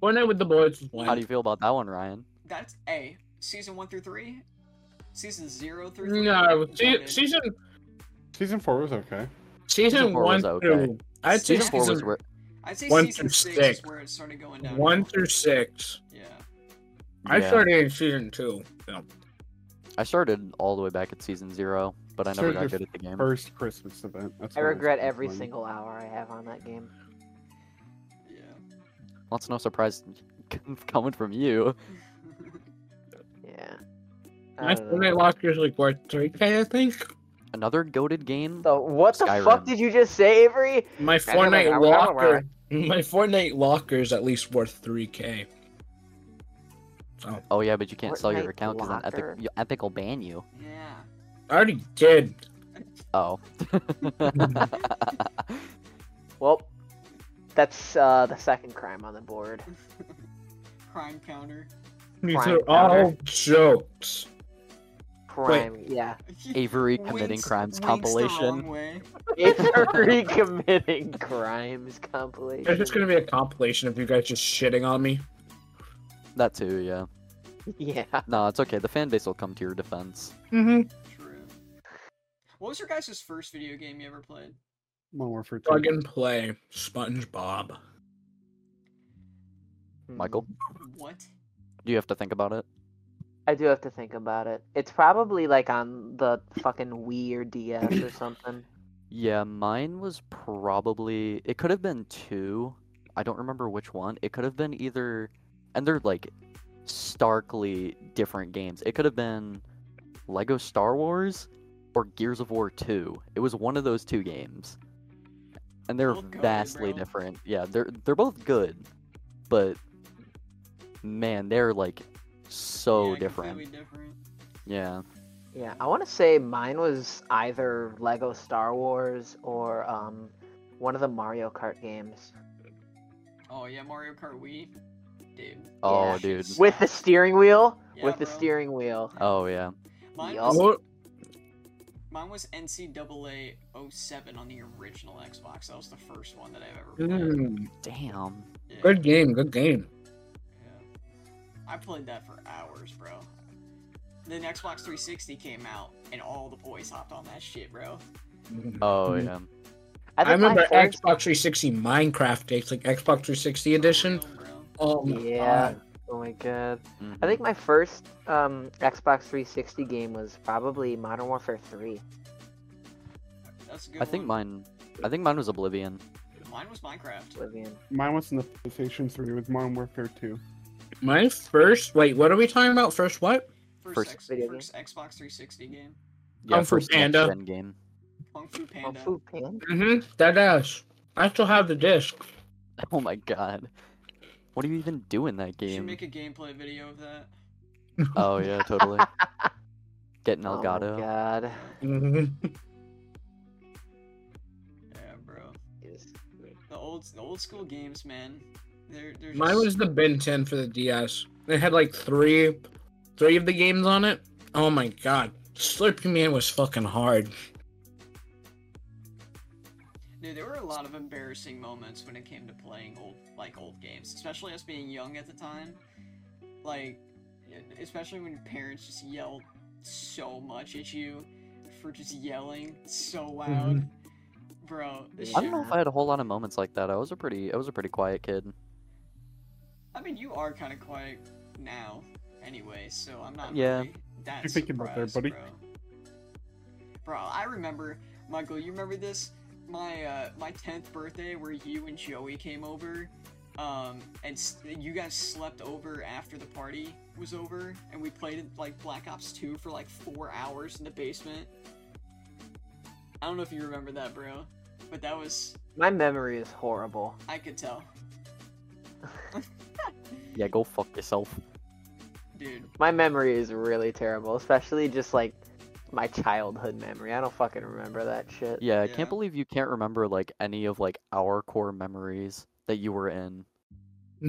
Speaker 4: One night with the boys was
Speaker 1: How
Speaker 4: one.
Speaker 1: do you feel about that one, Ryan?
Speaker 3: That's A. Season one through three? Season zero through three?
Speaker 4: No, se-
Speaker 3: Goated.
Speaker 4: season
Speaker 2: Season four was okay.
Speaker 4: season
Speaker 1: four
Speaker 4: one
Speaker 1: was okay.
Speaker 4: through. I'd say
Speaker 1: Season four was
Speaker 4: season
Speaker 1: where
Speaker 3: I'd say
Speaker 4: one
Speaker 3: season
Speaker 4: through
Speaker 3: six, is
Speaker 4: six.
Speaker 3: where it started going down.
Speaker 4: one through six.
Speaker 3: Yeah.
Speaker 4: I
Speaker 1: Yeah.
Speaker 4: started in season two. So.
Speaker 1: I started all the way back at season zero, but I never
Speaker 2: Started
Speaker 1: got
Speaker 2: your
Speaker 1: good at the game.
Speaker 2: First Christmas event. That's
Speaker 5: I
Speaker 2: what was
Speaker 5: regret
Speaker 2: most
Speaker 5: every
Speaker 2: fun.
Speaker 5: single hour I have on that game.
Speaker 3: Yeah.
Speaker 1: That's no surprise coming from you.
Speaker 5: Yeah. Uh, I
Speaker 4: My
Speaker 5: don't know.
Speaker 4: Fortnite locker is like worth three k, I think.
Speaker 1: Another goaded game.
Speaker 5: So what the
Speaker 1: Skyrim.
Speaker 5: fuck did you just say, Avery?
Speaker 4: My
Speaker 5: don't know, I
Speaker 4: Fortnite
Speaker 5: don't know where
Speaker 4: locker, my Fortnite locker is at least worth three k. So
Speaker 1: Oh yeah, but you can't sell your
Speaker 5: Fortnite
Speaker 1: account because then Epic,
Speaker 5: Locker.
Speaker 1: y- Epic will ban you.
Speaker 3: yeah.
Speaker 4: I already did.
Speaker 1: Oh.
Speaker 5: Well, that's uh, the second crime on the board.
Speaker 3: Crime counter.
Speaker 4: These
Speaker 5: Crime
Speaker 4: are all
Speaker 2: Oh,
Speaker 5: counter.
Speaker 4: jokes.
Speaker 5: Crime, yeah.
Speaker 1: Avery committing
Speaker 3: Winks-
Speaker 1: crimes
Speaker 3: winks the wrong
Speaker 1: compilation.
Speaker 3: way.
Speaker 5: Avery committing crimes compilation.
Speaker 4: There's just gonna be a compilation of you guys just shitting on me.
Speaker 1: That too, yeah.
Speaker 5: Yeah.
Speaker 1: No, it's okay. The fan base will come to your defense.
Speaker 4: Mm-hmm.
Speaker 3: True. What was your guys' first video game you ever played?
Speaker 2: Modern Warfare 2.
Speaker 4: Plug and play SpongeBob.
Speaker 1: Michael,
Speaker 3: What?
Speaker 1: do you have to think about it?
Speaker 5: I do have to think about it. It's probably like on the fucking Wii or DS or something.
Speaker 1: Yeah, mine was probably. It could have been two. I don't remember which one. It could have been either. And they're like starkly different games. It could have been Lego Star Wars or Gears of War 2. It was one of those two games. And they're
Speaker 3: Both goated,
Speaker 1: vastly
Speaker 3: bro.
Speaker 1: different. Yeah, they're they're both good, but man, they're like so
Speaker 3: Yeah,
Speaker 1: different.
Speaker 3: completely different.
Speaker 1: Yeah.
Speaker 5: Yeah, I want to say mine was either Lego Star Wars or um, one of the Mario Kart games
Speaker 3: Oh yeah, Mario Kart Wii, dude.
Speaker 1: Oh,
Speaker 5: Yeah.
Speaker 1: dude.
Speaker 5: with the steering wheel.
Speaker 3: Yeah,
Speaker 5: with the
Speaker 3: bro.
Speaker 5: steering wheel.
Speaker 1: Oh yeah.
Speaker 3: Mine
Speaker 5: Yup.
Speaker 3: was,
Speaker 4: What?
Speaker 3: mine was NCAA 07 on the original Xbox. That was the first one that I've ever played.
Speaker 4: Mm,
Speaker 1: Damn.
Speaker 3: Yeah,
Speaker 4: good game, good game.
Speaker 3: yeah. I played that for hours, bro. Then Xbox 360 came out, and all the boys hopped on that shit, bro.
Speaker 1: Oh
Speaker 4: Mhm.
Speaker 1: yeah.
Speaker 5: I,
Speaker 4: I
Speaker 5: think my
Speaker 4: remember
Speaker 5: first-
Speaker 4: Xbox 360 Minecraft dates, like Xbox 360 edition.
Speaker 3: For real, bro.
Speaker 4: Oh my
Speaker 5: Yeah.
Speaker 4: god.
Speaker 5: Oh my god. I
Speaker 1: Mhm.
Speaker 5: think my first um, Xbox 360 game was probably Modern Warfare 3.
Speaker 3: That's a good.
Speaker 1: I think
Speaker 3: one.
Speaker 1: mine. I think mine was Oblivion.
Speaker 3: Mine was Minecraft.
Speaker 5: Oblivion.
Speaker 2: Mine was in the PlayStation 3 with Modern Warfare 2.
Speaker 4: My first. Wait, what are we talking about? First, what?
Speaker 3: First,
Speaker 1: First
Speaker 3: X-
Speaker 5: video game.
Speaker 3: first Xbox 360 game.
Speaker 1: Yeah,
Speaker 4: Kung Fu
Speaker 1: first
Speaker 4: Panda.
Speaker 1: next-gen game.
Speaker 3: Kung Fu
Speaker 5: Kung
Speaker 3: Oh, Panda.
Speaker 5: Fu Panda.
Speaker 4: Mm-hmm. That ass. I still have the disc.
Speaker 1: Oh my god. What do you even do in that
Speaker 3: You should
Speaker 1: game?
Speaker 3: make a gameplay video of that.
Speaker 1: Oh yeah, totally. Getting
Speaker 5: Oh my
Speaker 1: Elgato.
Speaker 5: god.
Speaker 4: Mhm.
Speaker 3: Yeah, bro.
Speaker 5: Yes.
Speaker 3: The old the old school games, man. They're, they're just...
Speaker 4: Mine was the Ben 10 for the DS. It had like three, three of the games on it. Oh my god, Slurpee Man was fucking hard.
Speaker 3: Dude, there were a lot of embarrassing moments when it came to playing old like old games, especially us being young at the time. Like, e, especially when your parents just yelled so much at you for just yelling so
Speaker 4: Mm-hmm.
Speaker 3: loud, bro. this
Speaker 1: I
Speaker 3: shit-
Speaker 1: don't know if I had a whole lot of moments like that. I was a pretty, I was a pretty quiet kid.
Speaker 3: I mean, you are kind of quiet now, anyway, so I'm not
Speaker 1: Yeah.
Speaker 3: really that
Speaker 2: You're thinking about that,
Speaker 3: surprised,
Speaker 2: buddy.
Speaker 3: Bro. Bro, I remember, Michael. You remember this? My uh, my tenth birthday, where you and Joey came over, um, and s- you guys slept over after the party was over, and we played like Black Ops Two for like four hours in the basement. I don't know if you remember that, bro, but that was
Speaker 5: My memory is horrible.
Speaker 3: I could tell,
Speaker 1: Yeah, go fuck yourself.
Speaker 3: dude.
Speaker 5: My memory is really terrible, especially just like my childhood memory. I don't fucking remember that shit.
Speaker 1: Yeah, I
Speaker 3: Yeah.
Speaker 1: can't believe you can't remember like any of like our core memories that you were in.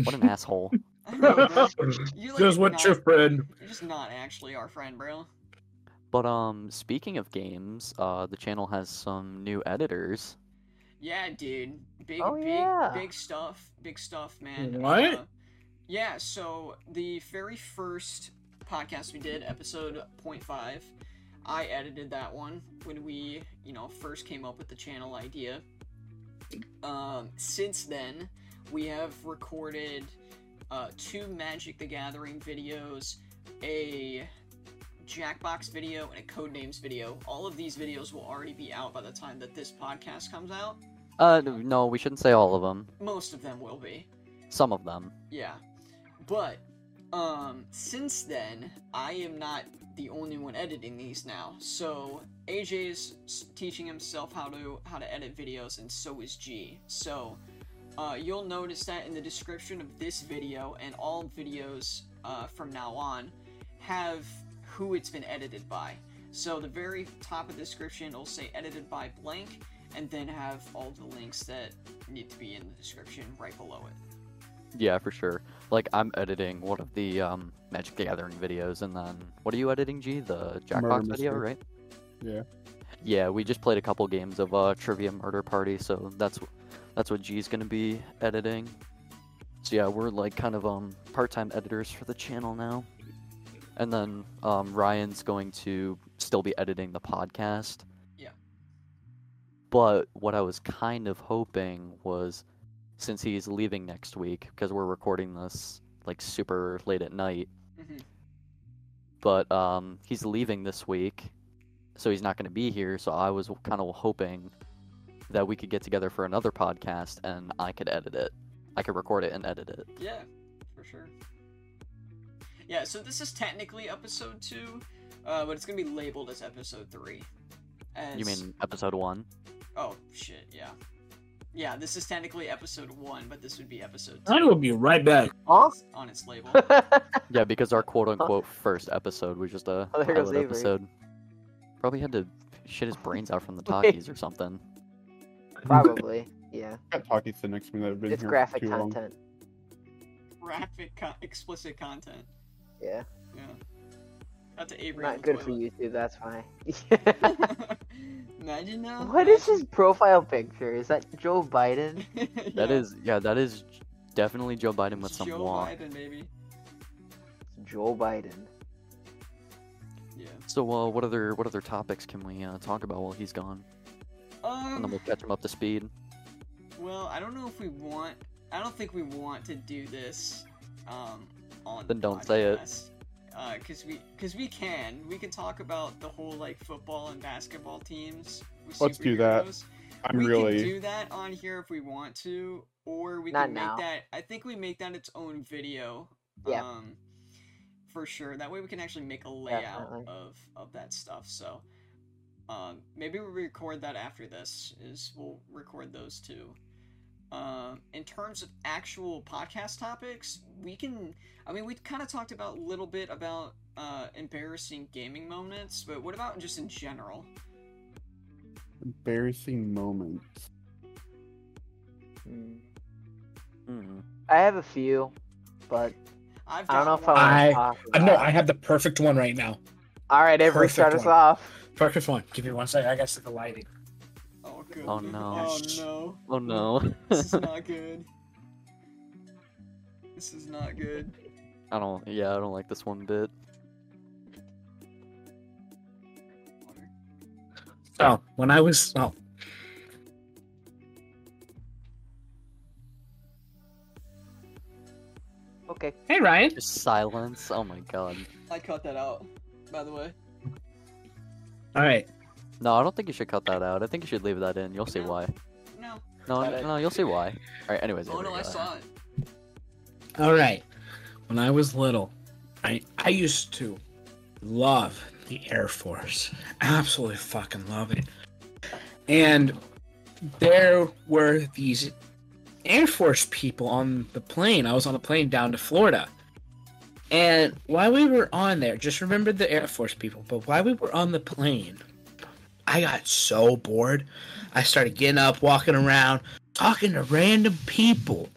Speaker 1: What an asshole.
Speaker 3: I know, bro. You're, like,
Speaker 4: Just what your
Speaker 3: not-
Speaker 4: friend.
Speaker 3: You're just not actually our friend, bro.
Speaker 1: But um, speaking of games, uh, the channel has some new editors.
Speaker 3: Yeah, dude. Big,
Speaker 5: Oh,
Speaker 3: big,
Speaker 5: yeah.
Speaker 3: big stuff. Big stuff, man.
Speaker 4: What?
Speaker 3: Uh, yeah, so the very first podcast we did, episode 0.5, I edited that one when we, you know, first came up with the channel idea. Um, since then, we have recorded uh, two Magic the Gathering videos, a Jackbox video, and a Codenames video. All of these videos will already be out by the time that this podcast comes out.
Speaker 1: Uh, n- no, we shouldn't say all of them.
Speaker 3: Most of them will be.
Speaker 1: Some of them.
Speaker 3: Yeah. But um since then, I am not the only one editing these now. So AJ's s- teaching himself how to how to edit videos and so is G. So uh, you'll notice that in the description of this video and all videos uh, from now on have who it's been edited by. So the very top of the description will say edited by blank and then have all the links that need to be in the description right below it.
Speaker 1: Yeah, for sure. Like I'm editing one of the um Magic the Gathering videos, and then what are you editing, G? The Jackbox video,
Speaker 2: Mystery.
Speaker 1: right?
Speaker 2: Yeah.
Speaker 1: Yeah, we just played a couple games of uh Trivia Murder Party, so that's wh- that's what G's gonna be editing. So yeah, we're like kind of um part-time editors for the channel now, and then um Ryan's going to still be editing the podcast.
Speaker 3: Yeah.
Speaker 1: But what I was kind of hoping was since he's leaving next week because we're recording this like super late at night.
Speaker 3: Mhm.
Speaker 1: But um, he's leaving this week, so he's not going to be here. So I was kind of hoping that we could get together for another podcast and I could edit it. I could record it and edit it.
Speaker 3: Yeah, for sure. Yeah, so this is technically episode two, uh, but it's gonna be labeled as episode three. As...
Speaker 1: You mean episode one?
Speaker 3: Oh shit! Yeah, yeah. This is technically episode one, but this would be episode two
Speaker 4: I will be right back.
Speaker 5: Huh?
Speaker 3: on its label.
Speaker 1: Yeah, because our quote unquote first episode was just a
Speaker 5: Oh, there goes
Speaker 1: pilot
Speaker 5: Avery.
Speaker 1: episode. Probably had to shit his brains out from the
Speaker 5: Wait.
Speaker 1: talkies or something.
Speaker 5: Probably. Yeah.
Speaker 2: Got talkies the next one that have been
Speaker 5: It's
Speaker 2: here for
Speaker 5: graphic
Speaker 2: too long.
Speaker 5: content.
Speaker 3: Graphic, con- explicit content.
Speaker 5: Yeah.
Speaker 3: Yeah. Out to Avery. on
Speaker 5: Not
Speaker 3: the
Speaker 5: good for
Speaker 3: toilet.
Speaker 5: YouTube, that's why.
Speaker 3: Imagine now.
Speaker 5: what is his profile picture? Is that Joe Biden?
Speaker 1: That is, yeah, that is definitely Joe Biden with some
Speaker 3: Joe
Speaker 1: wah.
Speaker 3: Biden, baby.
Speaker 5: It's Joe Biden.
Speaker 3: Yeah.
Speaker 1: So, uh, what other what other topics can we uh, talk about while he's gone? And then
Speaker 3: Um.
Speaker 1: we'll catch him up to speed.
Speaker 3: Well, I don't know if we want. I don't think we want to do this. Um. On
Speaker 1: Then don't say it.
Speaker 3: Because we, because we can, we can talk about the whole like football and basketball teams. with
Speaker 2: Let's do that.
Speaker 3: superheroes.
Speaker 2: I'm
Speaker 3: we can
Speaker 2: really
Speaker 3: do that on here if we want to, or we
Speaker 5: Not
Speaker 3: can
Speaker 5: now.
Speaker 3: make that. I think we make that its own video.
Speaker 5: Yeah.
Speaker 3: Um, for sure. That way we can actually make a layout
Speaker 5: Definitely.
Speaker 3: of of that stuff. So, um, maybe we record that after this. Is we'll record those two. Um, in terms of actual podcast topics, we can. I mean, we kind of talked about a little bit about uh, embarrassing gaming moments, but what about just in general?
Speaker 2: embarrassing moments.
Speaker 5: Hmm.
Speaker 1: Mm.
Speaker 5: I have a few, but
Speaker 3: I've
Speaker 5: I don't know
Speaker 3: got
Speaker 5: if I
Speaker 3: one.
Speaker 5: want
Speaker 4: I-
Speaker 5: to talk
Speaker 4: Uh,
Speaker 5: about
Speaker 4: No,
Speaker 5: it.
Speaker 4: I have the perfect one right now.
Speaker 5: All right, everybody,
Speaker 4: perfect
Speaker 5: start us
Speaker 4: one.
Speaker 5: off.
Speaker 4: Perfect one. Give me one second. I gotta set the lighting.
Speaker 3: Oh, good.
Speaker 1: Oh, no.
Speaker 3: Oh no.
Speaker 1: Oh no,
Speaker 3: This is not good. This is not good.
Speaker 1: I don't. Yeah, I don't like this one bit.
Speaker 4: So when I was oh,
Speaker 5: Okay.
Speaker 4: hey Ryan.
Speaker 1: Just silence. Oh my god.
Speaker 3: I cut that out, by the way.
Speaker 4: All right.
Speaker 1: No, I don't think you should cut that out. I think you should leave that in. You'll see
Speaker 3: No.
Speaker 1: why.
Speaker 3: No.
Speaker 1: No,
Speaker 5: Cut it.
Speaker 1: no, you'll see why. All right. Anyways.
Speaker 3: Oh
Speaker 1: Avery,
Speaker 3: no,
Speaker 1: go
Speaker 3: I
Speaker 1: ahead.
Speaker 3: saw it.
Speaker 4: All right. When I was little, I I used to love the Air Force. Absolutely fucking love it. And there were these Air Force people on the plane. I was on a plane down to Florida. And while we were on there, just remember the Air Force people, but while we were on the plane, I got so bored. I started getting up, walking around, talking to random people.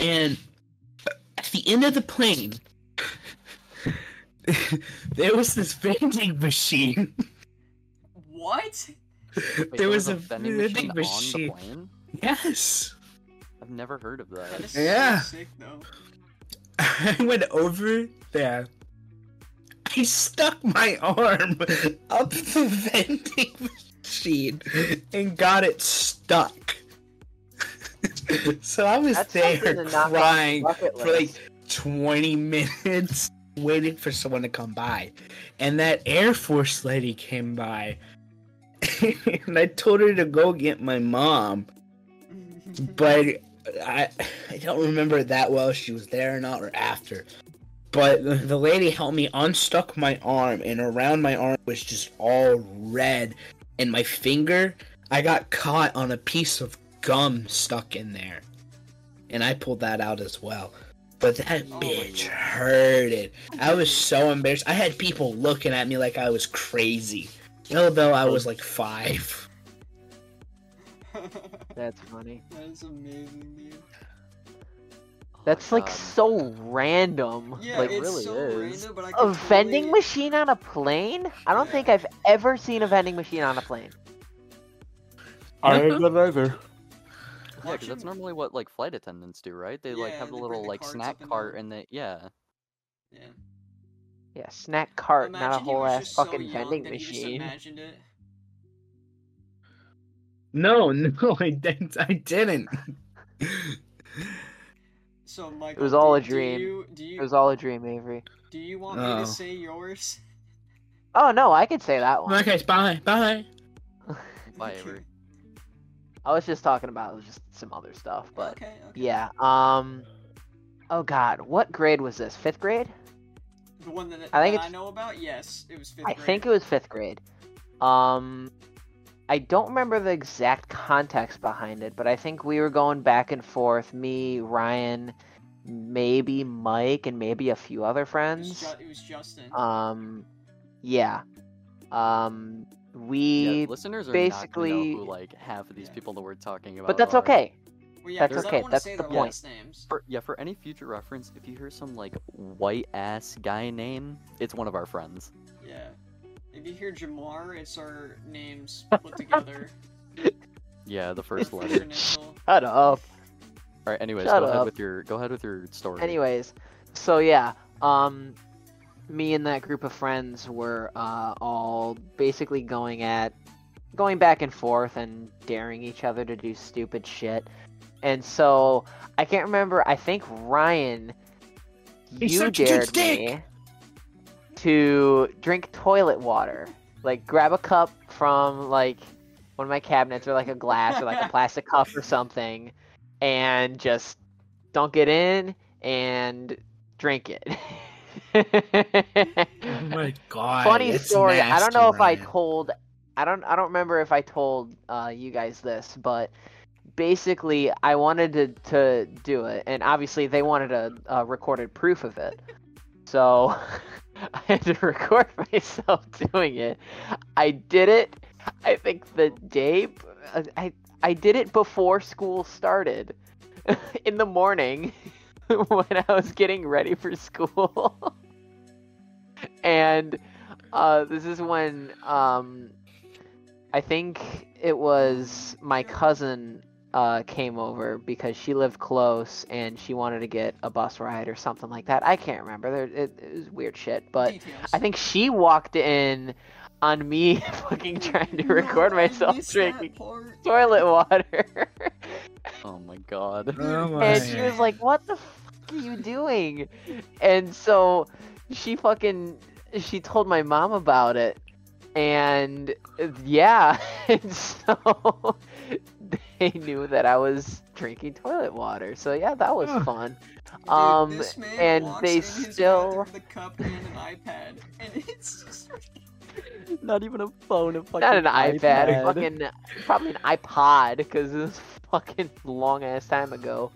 Speaker 4: And at the end of the plane, there was this vending machine.
Speaker 3: What?
Speaker 1: Wait,
Speaker 4: there was a vending machine.
Speaker 1: on the plane.
Speaker 4: Yes.
Speaker 1: I've never heard of
Speaker 3: That
Speaker 1: that.
Speaker 3: is so
Speaker 4: Yeah.
Speaker 3: sick though.
Speaker 4: I went over there. I stuck my arm up the vending machine and got it stuck. so I was
Speaker 5: That's something
Speaker 4: there
Speaker 5: to knock off the
Speaker 4: crying
Speaker 5: Bucket
Speaker 4: for like
Speaker 5: list.
Speaker 4: 20 minutes waiting for someone to come by. And that Air Force lady came by. and I told her to go get my mom. But I, I don't remember it that well if she was there or not or after. But the- the lady helped me unstuck my arm, and around my arm was just all red. And my finger, I got caught on a piece of gum stuck in there. And I pulled that out as well. But that
Speaker 3: Oh my
Speaker 4: bitch
Speaker 3: God.
Speaker 4: hurted. I was so embarrassed. I had people looking at me like I was crazy. Although I was like five.
Speaker 3: that
Speaker 5: That's funny.
Speaker 3: is amazing, dude.
Speaker 1: Oh my
Speaker 5: That's like
Speaker 1: God.
Speaker 5: so random.
Speaker 3: Um, Yeah,
Speaker 5: like
Speaker 3: it's
Speaker 5: really
Speaker 3: so
Speaker 5: is.
Speaker 3: random, but I
Speaker 5: A
Speaker 3: can
Speaker 5: vending
Speaker 3: totally-
Speaker 5: machine on a plane? I don't
Speaker 3: Yeah.
Speaker 5: think I've ever seen a vending machine on a plane.
Speaker 2: I have not either.
Speaker 1: Yeah, 'cause that's
Speaker 3: Watching-
Speaker 1: normally what like flight attendants do, right? They like
Speaker 3: Yeah,
Speaker 1: have the
Speaker 3: they bring
Speaker 1: little
Speaker 3: the
Speaker 1: like
Speaker 3: carts
Speaker 1: snack
Speaker 3: up and
Speaker 1: cart,
Speaker 3: down.
Speaker 1: and they yeah.
Speaker 3: Yeah.
Speaker 5: Yeah, snack cart,
Speaker 3: Imagine
Speaker 5: not
Speaker 3: he
Speaker 5: a whole
Speaker 3: was
Speaker 5: ass
Speaker 3: just so
Speaker 5: fucking
Speaker 3: young
Speaker 5: vending
Speaker 3: that he just
Speaker 5: machine.
Speaker 3: imagined it.
Speaker 4: No, no, I didn't. I didn't.
Speaker 3: So Michael,
Speaker 5: It was all
Speaker 3: do-
Speaker 5: a dream.
Speaker 3: Do you, do
Speaker 5: It
Speaker 3: you,
Speaker 5: was all a dream, Avery.
Speaker 3: do you want me
Speaker 4: Oh.
Speaker 3: to say yours?
Speaker 5: Oh no, I could say that one.
Speaker 4: Okay, bye, bye.
Speaker 1: Bye,
Speaker 3: Okay.
Speaker 1: Avery.
Speaker 5: I was just talking about just some other stuff, but
Speaker 3: okay, okay.
Speaker 5: yeah. Um. Oh God, what grade was this? Fifth grade?
Speaker 3: The one that
Speaker 5: I
Speaker 3: I,
Speaker 5: think
Speaker 3: that I
Speaker 5: it's-
Speaker 3: know about. Yes, it was fifth
Speaker 5: I
Speaker 3: grade.
Speaker 5: think it was fifth grade. Um, I don't remember the exact context behind it, but I think we were going back and forth. Me, Ryan, maybe Mike, and maybe a few other
Speaker 3: It was,
Speaker 5: friends.
Speaker 3: Ju- it was Justin.
Speaker 5: Um, yeah. Um,
Speaker 1: Yeah,
Speaker 5: we.
Speaker 1: listeners are not gonna
Speaker 5: basically-
Speaker 1: know who like half of these
Speaker 3: Yeah.
Speaker 1: people that we're talking about.
Speaker 5: but that's
Speaker 1: are.
Speaker 5: okay.
Speaker 3: Well, yeah,
Speaker 5: that's
Speaker 3: 'cause I
Speaker 5: okay,
Speaker 3: don't wanna
Speaker 5: that's
Speaker 3: say
Speaker 5: the
Speaker 3: their
Speaker 5: point.
Speaker 3: last names.
Speaker 1: For, yeah, for any future reference, if you hear some like white ass guy name, it's one of our friends.
Speaker 3: Yeah. If you hear Jamar, it's our names put together.
Speaker 1: Yeah, the first
Speaker 3: Our
Speaker 1: letter.
Speaker 3: initial.
Speaker 5: Shut up.
Speaker 1: All right. Anyways,
Speaker 5: Shut
Speaker 1: go ahead
Speaker 5: up.
Speaker 1: with your go ahead with your story.
Speaker 5: Anyways, so yeah, um, me and that group of friends were uh, all basically going at, going back and forth and daring each other to do stupid shit. And so I can't remember. I think Ryan,
Speaker 4: He's
Speaker 5: you
Speaker 4: such a
Speaker 5: dared
Speaker 4: huge
Speaker 5: me to drink toilet water. Like grab a cup from like one of my cabinets or like a glass or like a plastic cup or something, and just dunk it in and drink it.
Speaker 4: Oh my god.
Speaker 5: Funny
Speaker 4: that's
Speaker 5: story. I don't know if I
Speaker 4: nasty, Ryan.
Speaker 5: told. I don't. I don't remember if I told uh, you guys this, but basically, I wanted to to do it, and obviously, they wanted a, a recorded proof of it. So I had to record myself doing it. I did it. I think the day. I I- I did it before school started, in the morning, when I was getting ready for school. and uh, this is when um, I think it was my cousin uh, came over because she lived close and she wanted to get a bus ride or something like that. I can't remember. There, it, it was weird shit, but
Speaker 3: Details.
Speaker 5: I think she walked in on me fucking trying to record
Speaker 3: No, I
Speaker 5: myself
Speaker 3: missed that
Speaker 5: drinking
Speaker 3: part.
Speaker 5: toilet water.
Speaker 1: Oh my god.
Speaker 4: Oh my.
Speaker 5: and she was like, "What the fuck are you doing?" And so she fucking she told my mom about it, and uh, yeah, and so they knew that I was drinking toilet water. So yeah, that was
Speaker 4: Huh.
Speaker 5: fun.
Speaker 3: Dude,
Speaker 5: Um,
Speaker 3: this man
Speaker 5: and
Speaker 3: walks
Speaker 5: they
Speaker 3: in his
Speaker 5: still-
Speaker 3: bathroom with a cup and an iPad, and it's just
Speaker 1: Not even a phone. A fucking
Speaker 5: Not an iPad,
Speaker 1: iPad.
Speaker 5: fucking probably an iPod, because it was fucking long ass time ago.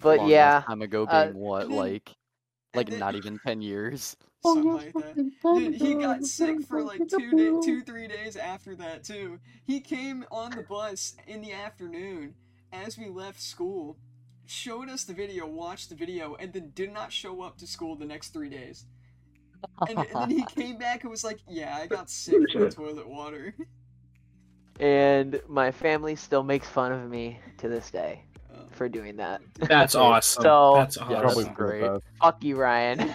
Speaker 5: But
Speaker 1: Long
Speaker 5: yeah,
Speaker 1: ass Time ago, being
Speaker 5: uh,
Speaker 1: what
Speaker 3: and then-
Speaker 1: like, like
Speaker 3: and then-
Speaker 1: not even ten years.
Speaker 3: something like that. Dude, he got sick for like two, day, two, three days after that too. He came on the bus in the afternoon as we left school, showed us the video, watched the video, and then did not show up to school the next three days. And, and then he came back and was like, "Yeah, I got sick from the toilet water."
Speaker 5: and my family still makes fun of me to this day
Speaker 3: Uh,
Speaker 5: for doing that.
Speaker 4: That's awesome.
Speaker 5: So-
Speaker 4: that's awesome.
Speaker 1: Yeah,
Speaker 2: Probably
Speaker 1: that's
Speaker 2: for the
Speaker 1: great.
Speaker 2: best.
Speaker 5: Fuck you, Ryan.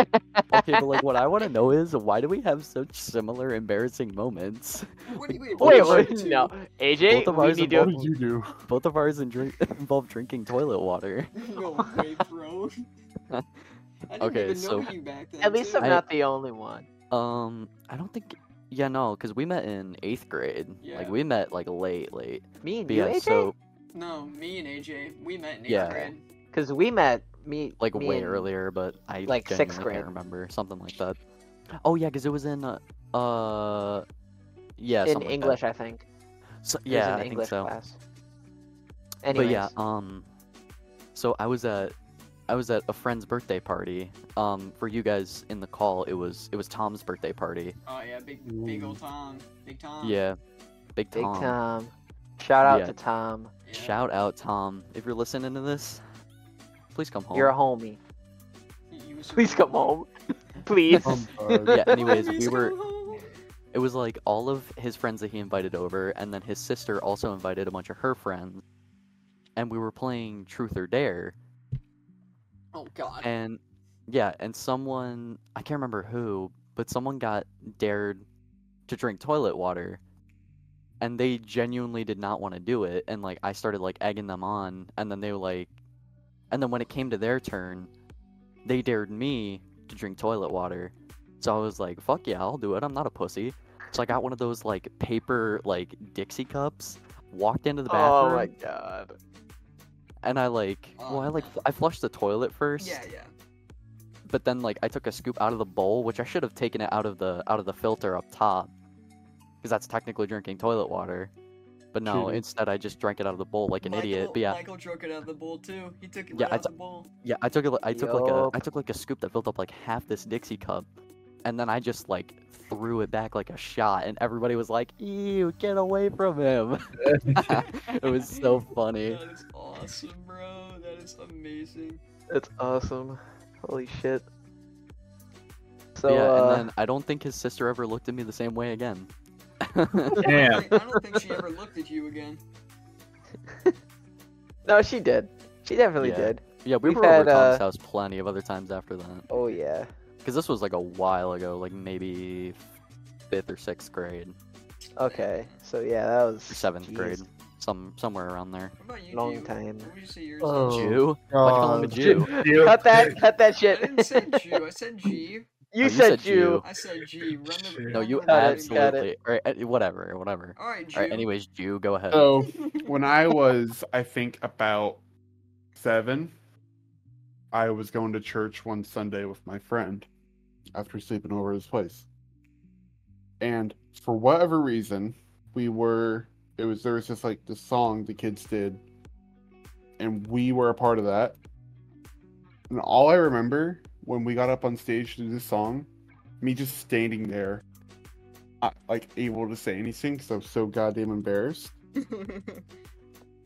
Speaker 1: Okay, but like, what I want to know is why do we have such similar embarrassing moments?
Speaker 3: what do you wait?
Speaker 5: Wait,
Speaker 3: what
Speaker 5: wait,
Speaker 3: did you
Speaker 5: no, AJ,
Speaker 1: Both of
Speaker 5: we
Speaker 1: ours
Speaker 2: What
Speaker 5: need to.
Speaker 1: involved-
Speaker 2: did you do?
Speaker 1: Both of ours drink- involve drinking toilet water.
Speaker 3: do? No way, bro. I didn't
Speaker 1: Okay,
Speaker 3: even know
Speaker 1: so-
Speaker 3: you back then.
Speaker 5: At least
Speaker 3: too.
Speaker 5: I'm not the only one.
Speaker 1: Um, I don't think. Yeah, no, because we met in eighth grade.
Speaker 3: Yeah.
Speaker 1: Like we met like late, late.
Speaker 5: Me and
Speaker 1: But
Speaker 5: you,
Speaker 1: yeah,
Speaker 5: AJ,
Speaker 1: so
Speaker 3: No, me and AJ, we met in eighth
Speaker 1: Yeah.
Speaker 3: grade.
Speaker 5: because we met me
Speaker 1: like
Speaker 5: me
Speaker 1: way
Speaker 5: and-
Speaker 1: earlier, but I
Speaker 5: like, sixth
Speaker 1: genuinely
Speaker 5: grade.
Speaker 1: can't remember something like that. Oh yeah, because it was in uh, uh yeah,
Speaker 5: in
Speaker 1: something like that.
Speaker 5: English, I think.
Speaker 1: So,
Speaker 5: It was
Speaker 1: yeah,
Speaker 5: in
Speaker 1: I
Speaker 5: English
Speaker 1: think so.
Speaker 5: class. Anyways,
Speaker 1: But yeah, um, so I was at I was at a friend's birthday party. Um, for you guys in the call, it was it was Tom's birthday party.
Speaker 3: Oh yeah, big big old Tom, big Tom.
Speaker 1: Yeah, Big
Speaker 5: big
Speaker 1: Tom.
Speaker 5: Tom. Shout out
Speaker 1: um, Yeah.
Speaker 5: to Tom.
Speaker 3: Yeah.
Speaker 1: Shout out Tom. If you're listening to this, please come home.
Speaker 5: You're a homie.
Speaker 3: You was-
Speaker 5: Please come home, please.
Speaker 2: Um, uh,
Speaker 1: yeah. Anyways,
Speaker 3: Please
Speaker 1: we were.
Speaker 3: come home.
Speaker 1: It was like all of his friends that he invited over, and then his sister also invited a bunch of her friends, and we were playing Truth or Dare.
Speaker 3: Oh God.
Speaker 1: and yeah, and someone I can't remember who, but someone got dared to drink toilet water, and they genuinely did not want to do it and like i started like egging them on and then they were like and then when it came to their turn they dared me to drink toilet water so i was like fuck yeah i'll do it i'm not a pussy so i got one of those like paper like dixie cups walked into the
Speaker 5: oh
Speaker 1: bathroom
Speaker 5: my god.
Speaker 1: and i like well i like i flushed the toilet first
Speaker 3: Yeah, yeah.
Speaker 1: but then like I took a scoop out of the bowl, which I should have taken it out of the out of the filter up top, because that's technically drinking toilet water. But no,
Speaker 2: Cheating.
Speaker 1: instead I just drank it out of the bowl like an idiot.
Speaker 3: Michael-
Speaker 1: But yeah,
Speaker 3: Michael drunk it out of the bowl too. He took it
Speaker 1: Yeah, I
Speaker 3: right out
Speaker 1: t-
Speaker 3: the bowl.
Speaker 1: yeah, I took it. I took like a
Speaker 5: Yup.
Speaker 1: I took like a scoop that filled up like half this Dixie cup, and then I just like threw it back like a shot, and everybody was like, "Ew, get away from him!" it was so funny.
Speaker 3: That is awesome, bro. That is amazing.
Speaker 5: That's awesome. Holy shit. So
Speaker 1: yeah,
Speaker 5: uh,
Speaker 1: and then I don't think his sister ever looked at me the same way again.
Speaker 4: Yeah.
Speaker 3: I, I don't think she ever looked at you again.
Speaker 5: no, she did. She definitely
Speaker 1: Yeah.
Speaker 5: did.
Speaker 1: Yeah, we
Speaker 5: We've
Speaker 1: were over
Speaker 5: had,
Speaker 1: Tom's
Speaker 5: uh,
Speaker 1: house plenty of other times after that.
Speaker 5: Oh yeah.
Speaker 1: Because this was like a while ago, like maybe fifth or sixth grade,
Speaker 5: Okay. So yeah, that was
Speaker 1: or seventh
Speaker 5: jeez.
Speaker 1: grade, some somewhere around there.
Speaker 3: What about you,
Speaker 5: Long
Speaker 3: Jew?
Speaker 5: time.
Speaker 3: What would you say yours
Speaker 5: Oh.
Speaker 3: was?
Speaker 1: Jew? Why'd you call him a Jew?
Speaker 4: Jew.
Speaker 5: Cut that! Cut that
Speaker 3: I
Speaker 5: shit!
Speaker 3: didn't say Jew. I said G.
Speaker 5: you,
Speaker 1: Oh, you
Speaker 5: said,
Speaker 1: said
Speaker 5: you.
Speaker 1: you.
Speaker 3: I said G. Run the.
Speaker 4: No,
Speaker 1: No,
Speaker 3: run
Speaker 1: you
Speaker 3: the
Speaker 5: got
Speaker 3: recording back.
Speaker 5: got it. Oh,
Speaker 1: absolutely. Or, uh, whatever, whatever.
Speaker 3: All right, Jew.
Speaker 1: All right, anyways, Jew, go ahead.
Speaker 2: So when I was, I think about seven, I was going to church one Sunday with my friend after sleeping over at his place. And for whatever reason, we were it was there was just like the song the kids did and we were a part of that. And all I remember when we got up on stage to do this song, me just standing there, not like able to say anything because I was so goddamn embarrassed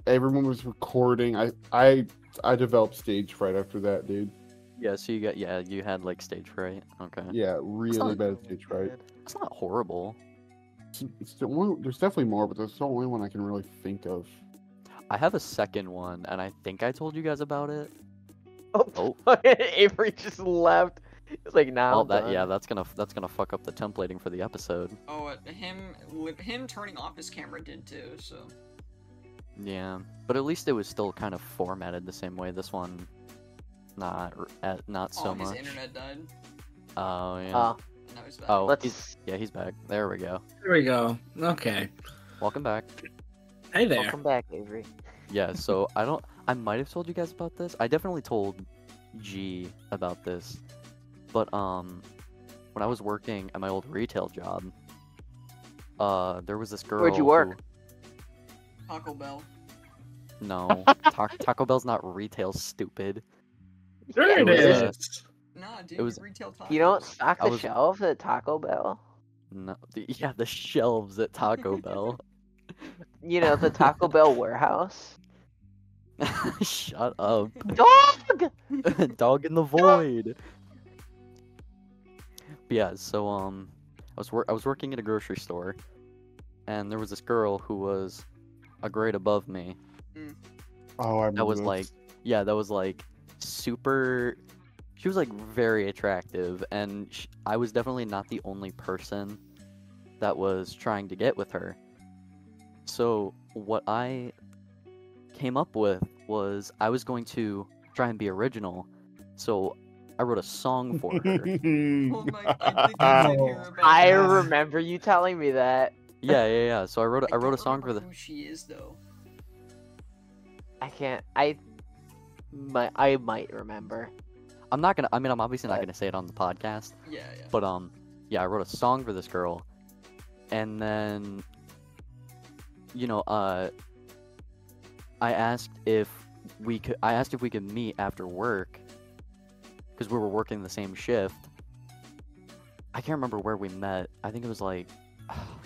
Speaker 2: everyone was recording. I I I developed stage fright after that, dude.
Speaker 1: Yeah, so you got yeah, you had like stage fright. Okay,
Speaker 2: Yeah, really
Speaker 1: not-
Speaker 2: bad stage fright.
Speaker 1: it's not horrible.
Speaker 2: It's, it's the only, there's definitely more, but that's the only one I can really think of.
Speaker 1: I have a second one, and I think I told you guys about it.
Speaker 5: Oh,
Speaker 1: Oh.
Speaker 5: Avery just left. It's like now.
Speaker 1: Oh,
Speaker 5: I'm
Speaker 1: that
Speaker 5: done.
Speaker 1: yeah, that's gonna that's gonna fuck up the templating for the episode.
Speaker 3: oh, uh, him, li- him turning off his camera did too. So
Speaker 1: Yeah, but at least it was still kind of formatted the same way. This one, not r- eh, not so
Speaker 3: oh, his
Speaker 1: much.
Speaker 3: internet died.
Speaker 1: Oh yeah.
Speaker 5: Uh,
Speaker 3: Now he's back.
Speaker 1: oh, he's,
Speaker 5: let's.
Speaker 1: yeah, he's back. There we go.
Speaker 4: There we go. Okay.
Speaker 1: Welcome back.
Speaker 4: Hey there.
Speaker 5: Welcome back, Avery.
Speaker 1: Yeah. So I don't. I might have told you guys about this. I definitely told G about this, but um, when I was working at my old retail job, uh, there was this girl.
Speaker 5: Where'd you work?
Speaker 3: Taco Bell.
Speaker 1: who- no, Ta- Taco Bell's not retail. Stupid.
Speaker 4: There it
Speaker 1: it was, uh,
Speaker 4: is.
Speaker 3: Nah, dude,
Speaker 1: It was-
Speaker 3: you retail tacos.
Speaker 5: You don't stock
Speaker 1: I
Speaker 5: the
Speaker 1: was-
Speaker 5: shelves at Taco Bell.
Speaker 1: No. the- yeah, the shelves at Taco Bell.
Speaker 5: You know the Taco Bell warehouse.
Speaker 1: Shut up.
Speaker 5: Dog.
Speaker 1: dog in the void. But yeah, so um, I was wor- I was working at a grocery store, and there was this girl who was a grade above me.
Speaker 2: Oh, I remember
Speaker 1: That was
Speaker 2: this.
Speaker 1: like, yeah, that was like super. She was like very attractive, and sh I was definitely not the only person that was trying to get with her. So what I came up with was I was going to try and be original. So I wrote a song for her.
Speaker 3: Oh my! I think I did hear about
Speaker 5: I
Speaker 3: this.
Speaker 5: remember you telling me that.
Speaker 1: yeah, yeah, yeah. So I wrote a- I
Speaker 3: don't
Speaker 1: wrote a song for the
Speaker 3: remember Who she is though?
Speaker 5: I can't. I. My. I might remember.
Speaker 1: I'm not gonna. I mean, I'm obviously not
Speaker 5: But-
Speaker 1: gonna say it on the podcast,
Speaker 3: Yeah, yeah.
Speaker 1: but um, yeah, I wrote a song for this girl, and then, you know, uh, I asked if we could. I asked if we could meet after work, because we were working the same shift. I can't remember where we met. I think it was like,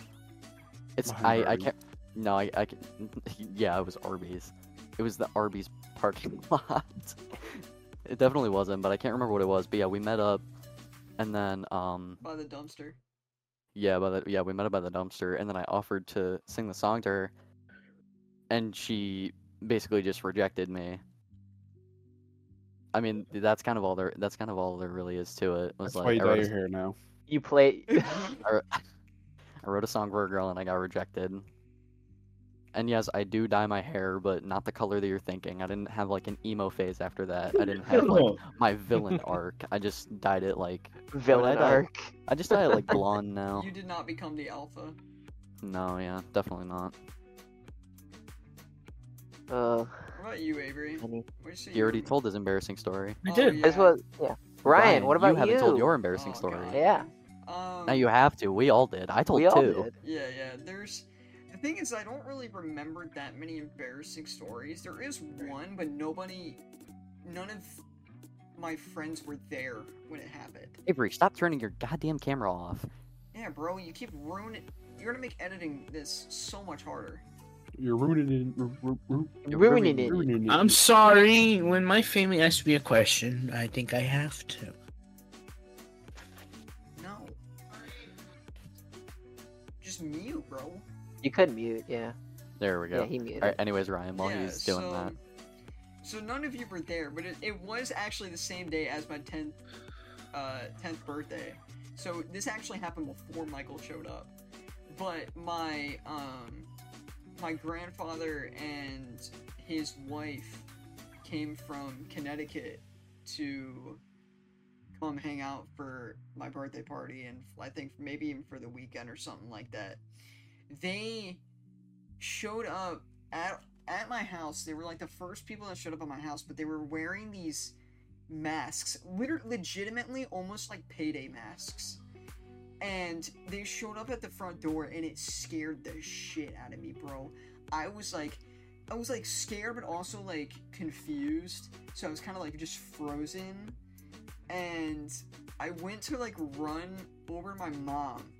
Speaker 1: it's I I
Speaker 2: Behind
Speaker 1: can't. No, I I can, yeah, it was Arby's. It was the Arby's parking lot. It definitely wasn't, but I can't remember what it was. But yeah, we met up, and then um,
Speaker 3: By the dumpster.
Speaker 1: yeah, by the, yeah, we met up by the dumpster, and then I offered to sing the song to her, and she basically just rejected me. I mean, that's kind of all there. That's kind of all there really is to it. Was
Speaker 2: That's why
Speaker 1: like
Speaker 2: you
Speaker 1: I
Speaker 2: dye
Speaker 1: wrote,
Speaker 2: your
Speaker 1: a,
Speaker 2: hair now.
Speaker 5: You play.
Speaker 1: I wrote a song for a girl and I got rejected. And yes, I do dye my hair, but not the color that you're thinking. I didn't have like an emo phase after that. I didn't have like
Speaker 4: No.
Speaker 1: my villain arc. I just dyed it like
Speaker 5: Villain
Speaker 1: I-
Speaker 5: arc.
Speaker 1: I just dyed it like blonde now.
Speaker 3: You did not become the alpha.
Speaker 1: No, yeah, definitely not.
Speaker 5: Uh,
Speaker 3: What about you, Avery?
Speaker 5: Funny.
Speaker 3: What'd say
Speaker 1: He
Speaker 3: you
Speaker 1: already
Speaker 3: were-
Speaker 1: told his embarrassing story.
Speaker 4: I
Speaker 3: Oh,
Speaker 4: did.
Speaker 3: yeah.
Speaker 5: This was yeah. Ryan, what about you?
Speaker 1: you? haven't told your embarrassing
Speaker 3: Oh,
Speaker 1: story.
Speaker 3: God.
Speaker 5: Yeah.
Speaker 3: Um,
Speaker 1: Now you have to. We all did. I told
Speaker 5: we all
Speaker 1: two.
Speaker 5: did.
Speaker 3: Yeah, yeah. There's the thing is I don't really remember that many embarrassing stories. There is one, but nobody, none of my friends were there when it happened.
Speaker 1: Avery, stop turning your goddamn camera off.
Speaker 3: Yeah, bro, you keep ruining. You're gonna make editing this so much harder.
Speaker 2: You're ruining it. Ru- ru- ru-
Speaker 5: You're ruining it.
Speaker 2: ruining it.
Speaker 4: I'm sorry. When my family asks me a question, I think I have to.
Speaker 3: No. Just mute, bro.
Speaker 5: You could mute. Yeah.
Speaker 1: There we
Speaker 5: Yeah.
Speaker 1: go.
Speaker 5: he muted.
Speaker 1: Alright, anyways, Ryan, while
Speaker 3: Yeah,
Speaker 1: he's doing
Speaker 3: so,
Speaker 1: that.
Speaker 3: So none of you were there, but it, it was actually the same day as my tenth, uh, tenth birthday. So this actually happened before Michael showed up. But my um, my grandfather and his wife came from Connecticut to come hang out for my birthday party, and I think maybe even for the weekend or something like that. They showed up at at my house, they were like the first people that showed up at my house, but they were wearing these masks, liter- legitimately almost like payday masks. And they showed up at the front door and it scared the shit out of me, bro. I was like, I was like scared, but also like confused. So I was kind of like just frozen. And I went to like run over to my mom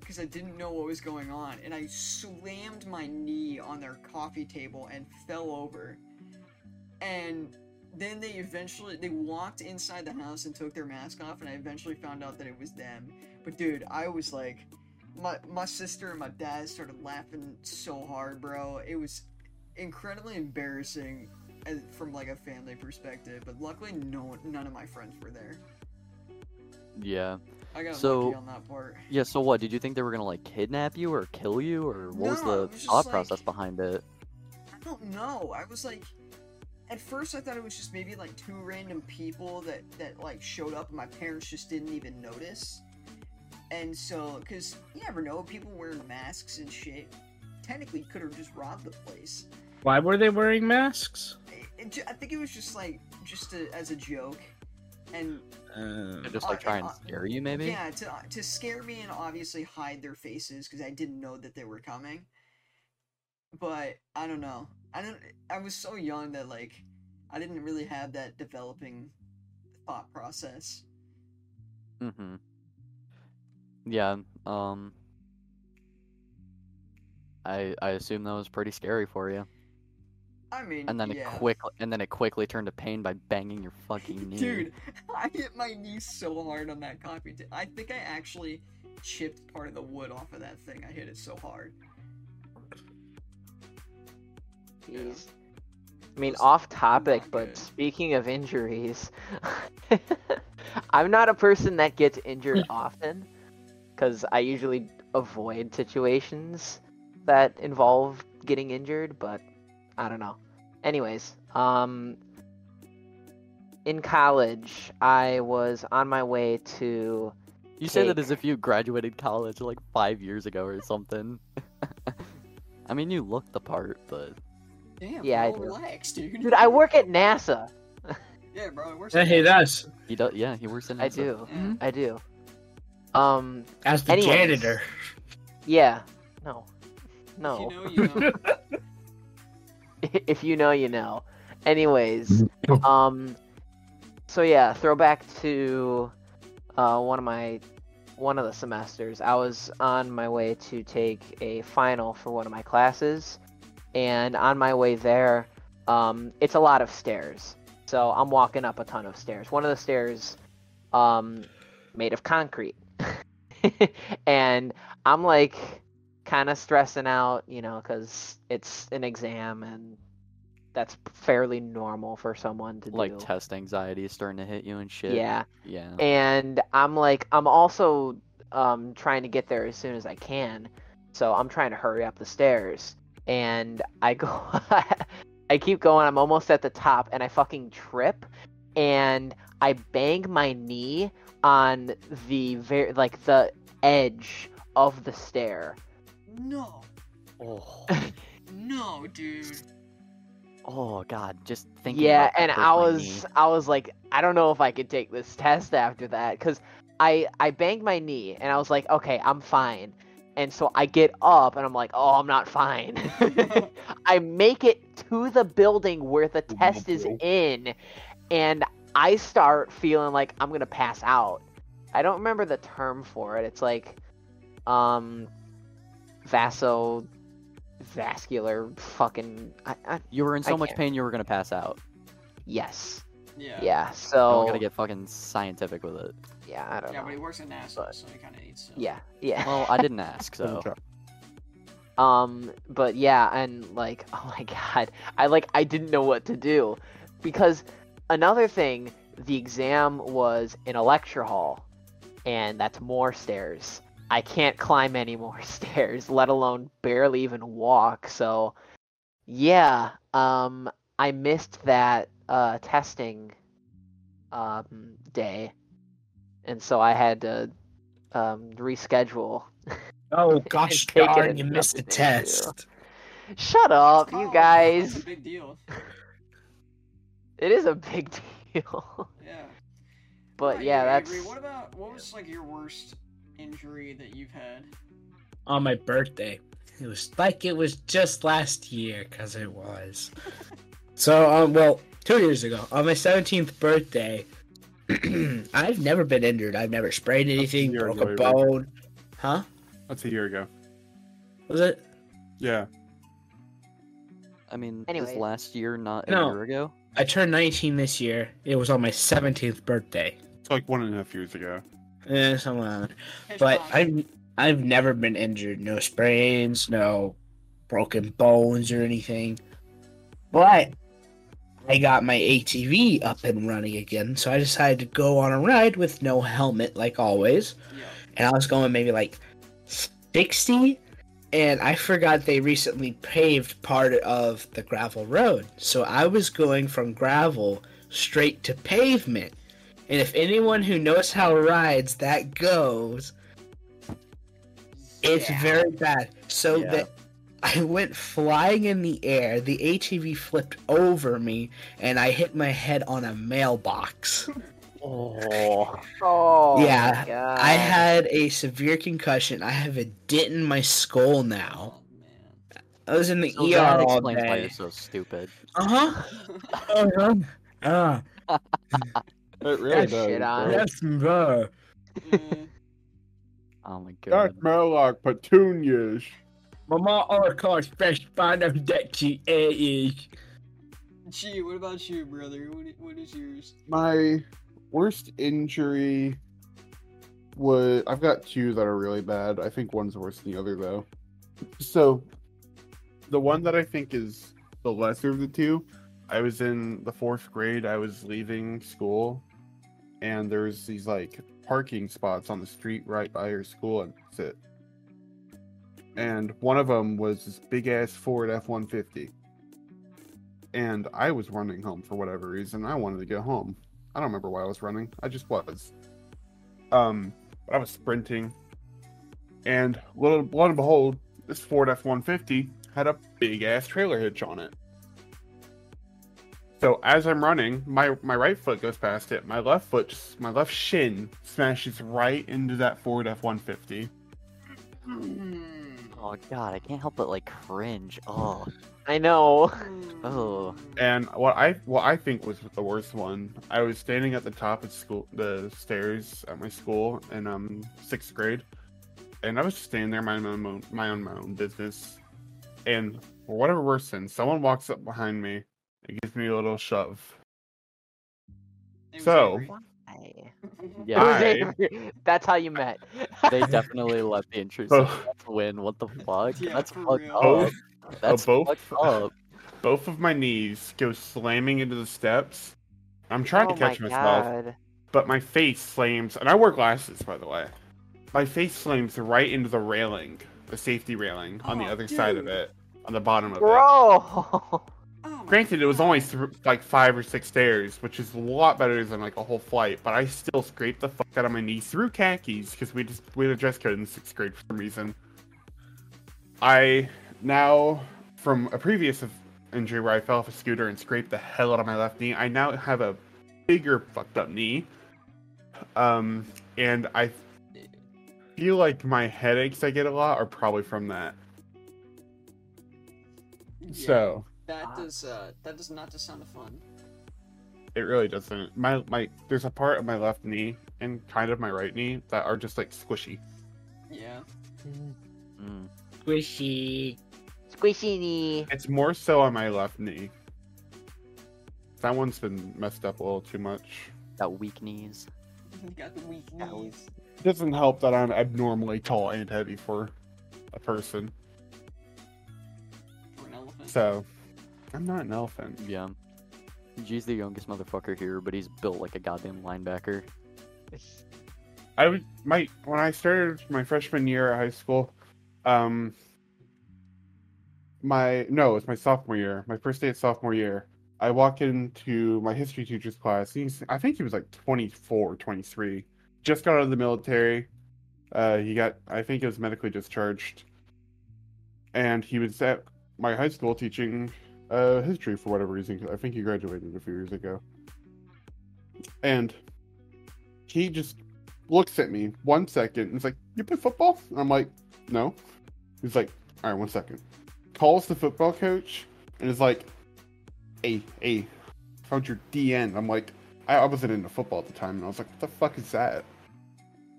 Speaker 3: because I didn't know what was going on, and I slammed my knee on their coffee table and fell over. And then they eventually they walked inside the house and took their mask off, and I eventually found out that it was them. But dude, I was like, my my sister and my dad started laughing so hard, bro. It was incredibly embarrassing as, from like a family perspective. But luckily, no none of my friends were there.
Speaker 1: Yeah.
Speaker 3: I got
Speaker 1: So-
Speaker 3: lucky on that part.
Speaker 1: Yeah, so what? Did you think they were gonna like kidnap you or kill you or what was
Speaker 3: No,
Speaker 1: the
Speaker 3: it was just
Speaker 1: thought
Speaker 3: like-
Speaker 1: process behind it?
Speaker 3: I don't know. I was like, at first I thought it was just maybe like two random people that that like showed up and my parents just didn't even notice. And so, cause you never know, people wearing masks and shit. Technically, could have just robbed the place.
Speaker 4: Why were they wearing masks?
Speaker 3: It- it ju- I think it was just like just a, as a joke, and
Speaker 4: Um,
Speaker 1: They're just
Speaker 3: Uh,
Speaker 1: like trying
Speaker 3: uh,
Speaker 1: to scare you maybe?
Speaker 3: Yeah, to to scare me and obviously hide their faces because I didn't know that they were coming. But I don't know. I don't. I was so young that like I didn't really have that developing thought process.
Speaker 1: Mm-hmm. Yeah. Um. I I assume that was pretty scary for you,
Speaker 3: I mean,
Speaker 1: and then
Speaker 3: yeah.
Speaker 1: it quickly and then it quickly turned to pain by banging your fucking knee.
Speaker 3: Dude, I hit my knee so hard on that coffee. ta- I think I actually chipped part of the wood off of that thing. I hit it so hard.
Speaker 5: Jeez. I mean,
Speaker 3: Those-
Speaker 5: off topic,
Speaker 3: not
Speaker 5: but
Speaker 3: good.
Speaker 5: speaking of injuries, I'm not a person that gets injured often because I usually avoid situations that involve getting injured, but I don't know. Anyways, um, in college, I was on my way to.
Speaker 1: you say that
Speaker 5: cake.
Speaker 1: as if you graduated college like five years ago or something. I mean, you look the part, but
Speaker 3: Damn.
Speaker 5: Yeah, I
Speaker 3: bro,
Speaker 5: do.
Speaker 3: relax, dude.
Speaker 5: Dude, I work at NASA!
Speaker 3: Yeah, bro. It works
Speaker 4: I hate us
Speaker 1: he does. Yeah, he works in.
Speaker 5: I
Speaker 1: NASA.
Speaker 5: do.
Speaker 3: Yeah.
Speaker 5: I do. Um,
Speaker 4: as the
Speaker 5: Anyways.
Speaker 4: janitor.
Speaker 5: yeah. No.
Speaker 3: If
Speaker 5: No.
Speaker 3: You know, you know.
Speaker 5: if you know, you know. Anyways, um, so yeah, throwback to uh, one of my one of the semesters. I was on my way to take a final for one of my classes, and on my way there, um, it's a lot of stairs. So I'm walking up a ton of stairs. One of the stairs, um, made of concrete, and I'm like kind of stressing out, you know, because it's an exam and that's fairly normal for someone to
Speaker 1: Like
Speaker 5: do.
Speaker 1: test anxiety is starting to hit you and shit.
Speaker 5: yeah,
Speaker 1: Yeah.
Speaker 5: and I'm like, I'm also um, trying to get there as soon as I can, so I'm trying to hurry up the stairs. and I go, I keep going. I'm almost at the top, and I fucking trip, and I bang my knee on the very like the edge of the stair.
Speaker 6: No,
Speaker 1: Oh,
Speaker 6: no, dude.
Speaker 1: oh God! Just thinking.
Speaker 5: Yeah,
Speaker 1: about that
Speaker 5: and
Speaker 1: hurt
Speaker 5: I
Speaker 1: my
Speaker 5: was I was like, I don't know if I could take this test after that because I I banged my knee and I was like, okay, I'm fine. And so I get up and I'm like, oh, I'm not fine. I make it to the building where the test is
Speaker 2: bro.
Speaker 5: in, and I start feeling like I'm gonna pass out. I don't remember the term for it. It's like, um, vaso, vascular, fucking. I, I,
Speaker 1: knee. You were in so
Speaker 5: I
Speaker 1: much
Speaker 5: can't.
Speaker 1: pain, you were gonna pass out.
Speaker 5: yes.
Speaker 6: Yeah.
Speaker 5: Yeah.
Speaker 1: Oh.
Speaker 5: So.
Speaker 1: I'm gonna get fucking scientific with it.
Speaker 5: Yeah, I don't
Speaker 6: Yeah,
Speaker 5: know.
Speaker 6: but he works in NASA,
Speaker 5: But-
Speaker 6: so he kind of needs. To...
Speaker 5: Yeah, yeah.
Speaker 1: Well, I didn't ask, so
Speaker 5: Um, but yeah, and like, oh my god, I like, I didn't know what to do, because another thing, the exam was in a lecture hall, and that's more stairs. I can't climb any more stairs, let alone barely even walk. So, yeah, um, I missed that uh testing um day, and so I had to um reschedule.
Speaker 4: Oh gosh
Speaker 5: Take it
Speaker 4: darn!
Speaker 5: and
Speaker 4: You missed the
Speaker 5: everything, yeah.
Speaker 4: test.
Speaker 5: Shut up, you
Speaker 6: Oh, that's
Speaker 5: guys.
Speaker 6: a big deal.
Speaker 5: It is a big deal.
Speaker 6: Yeah.
Speaker 5: but
Speaker 6: Alright,
Speaker 5: yeah,
Speaker 6: I
Speaker 5: that's
Speaker 6: agree. What about what was like your worst injury that you've had?
Speaker 4: On my birthday, it was like it was just last year, cause it was. so um, well, two years ago on my seventeenth birthday, I've never been injured. I've never sprained anything,
Speaker 2: year
Speaker 4: broke
Speaker 2: ago,
Speaker 4: a
Speaker 2: right?
Speaker 4: bone. Huh?
Speaker 2: That's a year ago.
Speaker 4: Was it?
Speaker 2: Yeah.
Speaker 1: I mean,
Speaker 5: Anyway.
Speaker 1: is last year not a
Speaker 4: No.
Speaker 1: year ago?
Speaker 4: I turned 19 this year. It was on my 17th birthday.
Speaker 2: It's like one and a half years ago.
Speaker 4: Eh, something like that.
Speaker 6: Catch
Speaker 4: But
Speaker 6: on.
Speaker 4: I've I've never been injured. No sprains, no broken bones or anything. But I got my ATV up and running again, so I decided to go on a ride with no helmet, like always.
Speaker 6: Yeah.
Speaker 4: And I was going maybe like 60, and I forgot they recently paved part of the gravel road. So I was going from gravel straight to pavement. And if anyone who knows how rides that goes, it's
Speaker 6: Yeah.
Speaker 4: very bad. So
Speaker 1: Yeah.
Speaker 4: that I went flying in the air, the ATV flipped over me, and I hit my head on a mailbox.
Speaker 1: Oh,
Speaker 5: oh
Speaker 2: Uh,
Speaker 4: Yeah,
Speaker 5: my God.
Speaker 4: I had a severe concussion. I have a dent in my skull now.
Speaker 6: Oh man.
Speaker 4: I was in the
Speaker 1: so
Speaker 4: ER
Speaker 1: that
Speaker 4: all
Speaker 1: explains why you're
Speaker 4: day.
Speaker 1: so stupid.
Speaker 4: Uh huh. Uh huh. Ah,
Speaker 2: It really
Speaker 5: That shit on it.
Speaker 4: that's bro.
Speaker 6: Uh,
Speaker 1: Oh my God.
Speaker 2: Dark Mallock petunias.
Speaker 4: Mama or car fresh find out that she is.
Speaker 6: gee, what about you, brother? What, i- what is yours?
Speaker 2: My worst injury was I've got two that are really bad. I think one's worse than the other though. So the one that I think is the lesser of the two, I was in the fourth grade, I was leaving school and there's these like parking spots on the street right by your school and that's it. And one of them was this big ass Ford F one fifty. And I was running home for whatever reason. I wanted to get home. I don't remember why I was running. I just was. Um, but I was sprinting, and lo, lo and behold, this Ford F one fifty had a big ass trailer hitch on it. So as I'm running, my my right foot goes past it. My left foot, just, my left shin, smashes right into that Ford F one fifty.
Speaker 6: Hmm.
Speaker 1: Oh God, I can't help but like cringe. Oh,
Speaker 5: I know.
Speaker 1: Oh.
Speaker 2: And what I what I think was the worst one, I was standing at the top of school, the stairs at my school in um sixth grade, and I was just standing there minding my own my own my own business, and for whatever reason, someone walks up behind me and gives me a little shove.
Speaker 6: It was
Speaker 2: So-
Speaker 6: Avery.
Speaker 5: Why?
Speaker 1: Yeah.
Speaker 5: It was
Speaker 2: I-
Speaker 5: Avery. That's how you met.
Speaker 1: they definitely let the intrusive
Speaker 2: So
Speaker 1: win. What the fuck?
Speaker 6: Yeah,
Speaker 1: That's
Speaker 6: for
Speaker 1: fucked
Speaker 6: real.
Speaker 1: up.
Speaker 2: both Oh,
Speaker 1: That's
Speaker 2: both-
Speaker 1: fucked up.
Speaker 2: both of my knees go slamming into the steps. I'm trying
Speaker 5: oh
Speaker 2: to catch
Speaker 5: my
Speaker 2: myself,
Speaker 5: God.
Speaker 2: but my face slams, and I wear glasses, by the way. My face slams right into the railing, the safety railing on the
Speaker 6: Oh,
Speaker 2: other side of
Speaker 6: dude.
Speaker 2: it. on the bottom of it.
Speaker 5: Bro.
Speaker 6: Oh my
Speaker 2: Granted, it was
Speaker 6: God.
Speaker 2: only th- like five or six stairs, which is a lot better than like a whole flight. But I still scraped the fuck out of my knee through khakis because we just we had a dress code in sixth grade for some reason. I now, from a previous of- injury where I fell off a scooter and scraped the hell out of my left knee, I now have a bigger fucked up knee. Um, and I feel like my headaches I get a lot are probably from that.
Speaker 6: Yeah,
Speaker 2: So.
Speaker 6: that does uh that does not just sound fun.
Speaker 2: It really doesn't. My my there's a part of my left knee and kind of my right knee that are just like squishy.
Speaker 6: Yeah.
Speaker 1: Mm.
Speaker 4: Squishy.
Speaker 5: Squishy knee.
Speaker 2: It's more so on my left knee. That one's been messed up a little too much.
Speaker 1: Got weak knees.
Speaker 6: You got the weak
Speaker 5: That was-
Speaker 6: knees.
Speaker 2: It doesn't help that I'm abnormally tall and heavy for a person.
Speaker 6: for an elephant.
Speaker 2: So I'm not an elephant.
Speaker 1: Yeah. G's the youngest motherfucker here, but he's built like a goddamn linebacker.
Speaker 2: I would my when I started my freshman year at high school, um my no, it's my sophomore year. My first day at sophomore year. I walk into my history teacher's class. He's I think he was like 24, 23. Just got out of the military. Uh he got I think he was medically discharged. And he was at my high school teaching uh history for whatever reason. 'cause I think he graduated a few years ago. And he just looks at me one second and is like, You play football? And I'm like, No. He's like, All right, one second. Calls the football coach and is like, Hey, hey, found your DN. I'm like, I, I wasn't into football at the time. And I was like, What the fuck is that?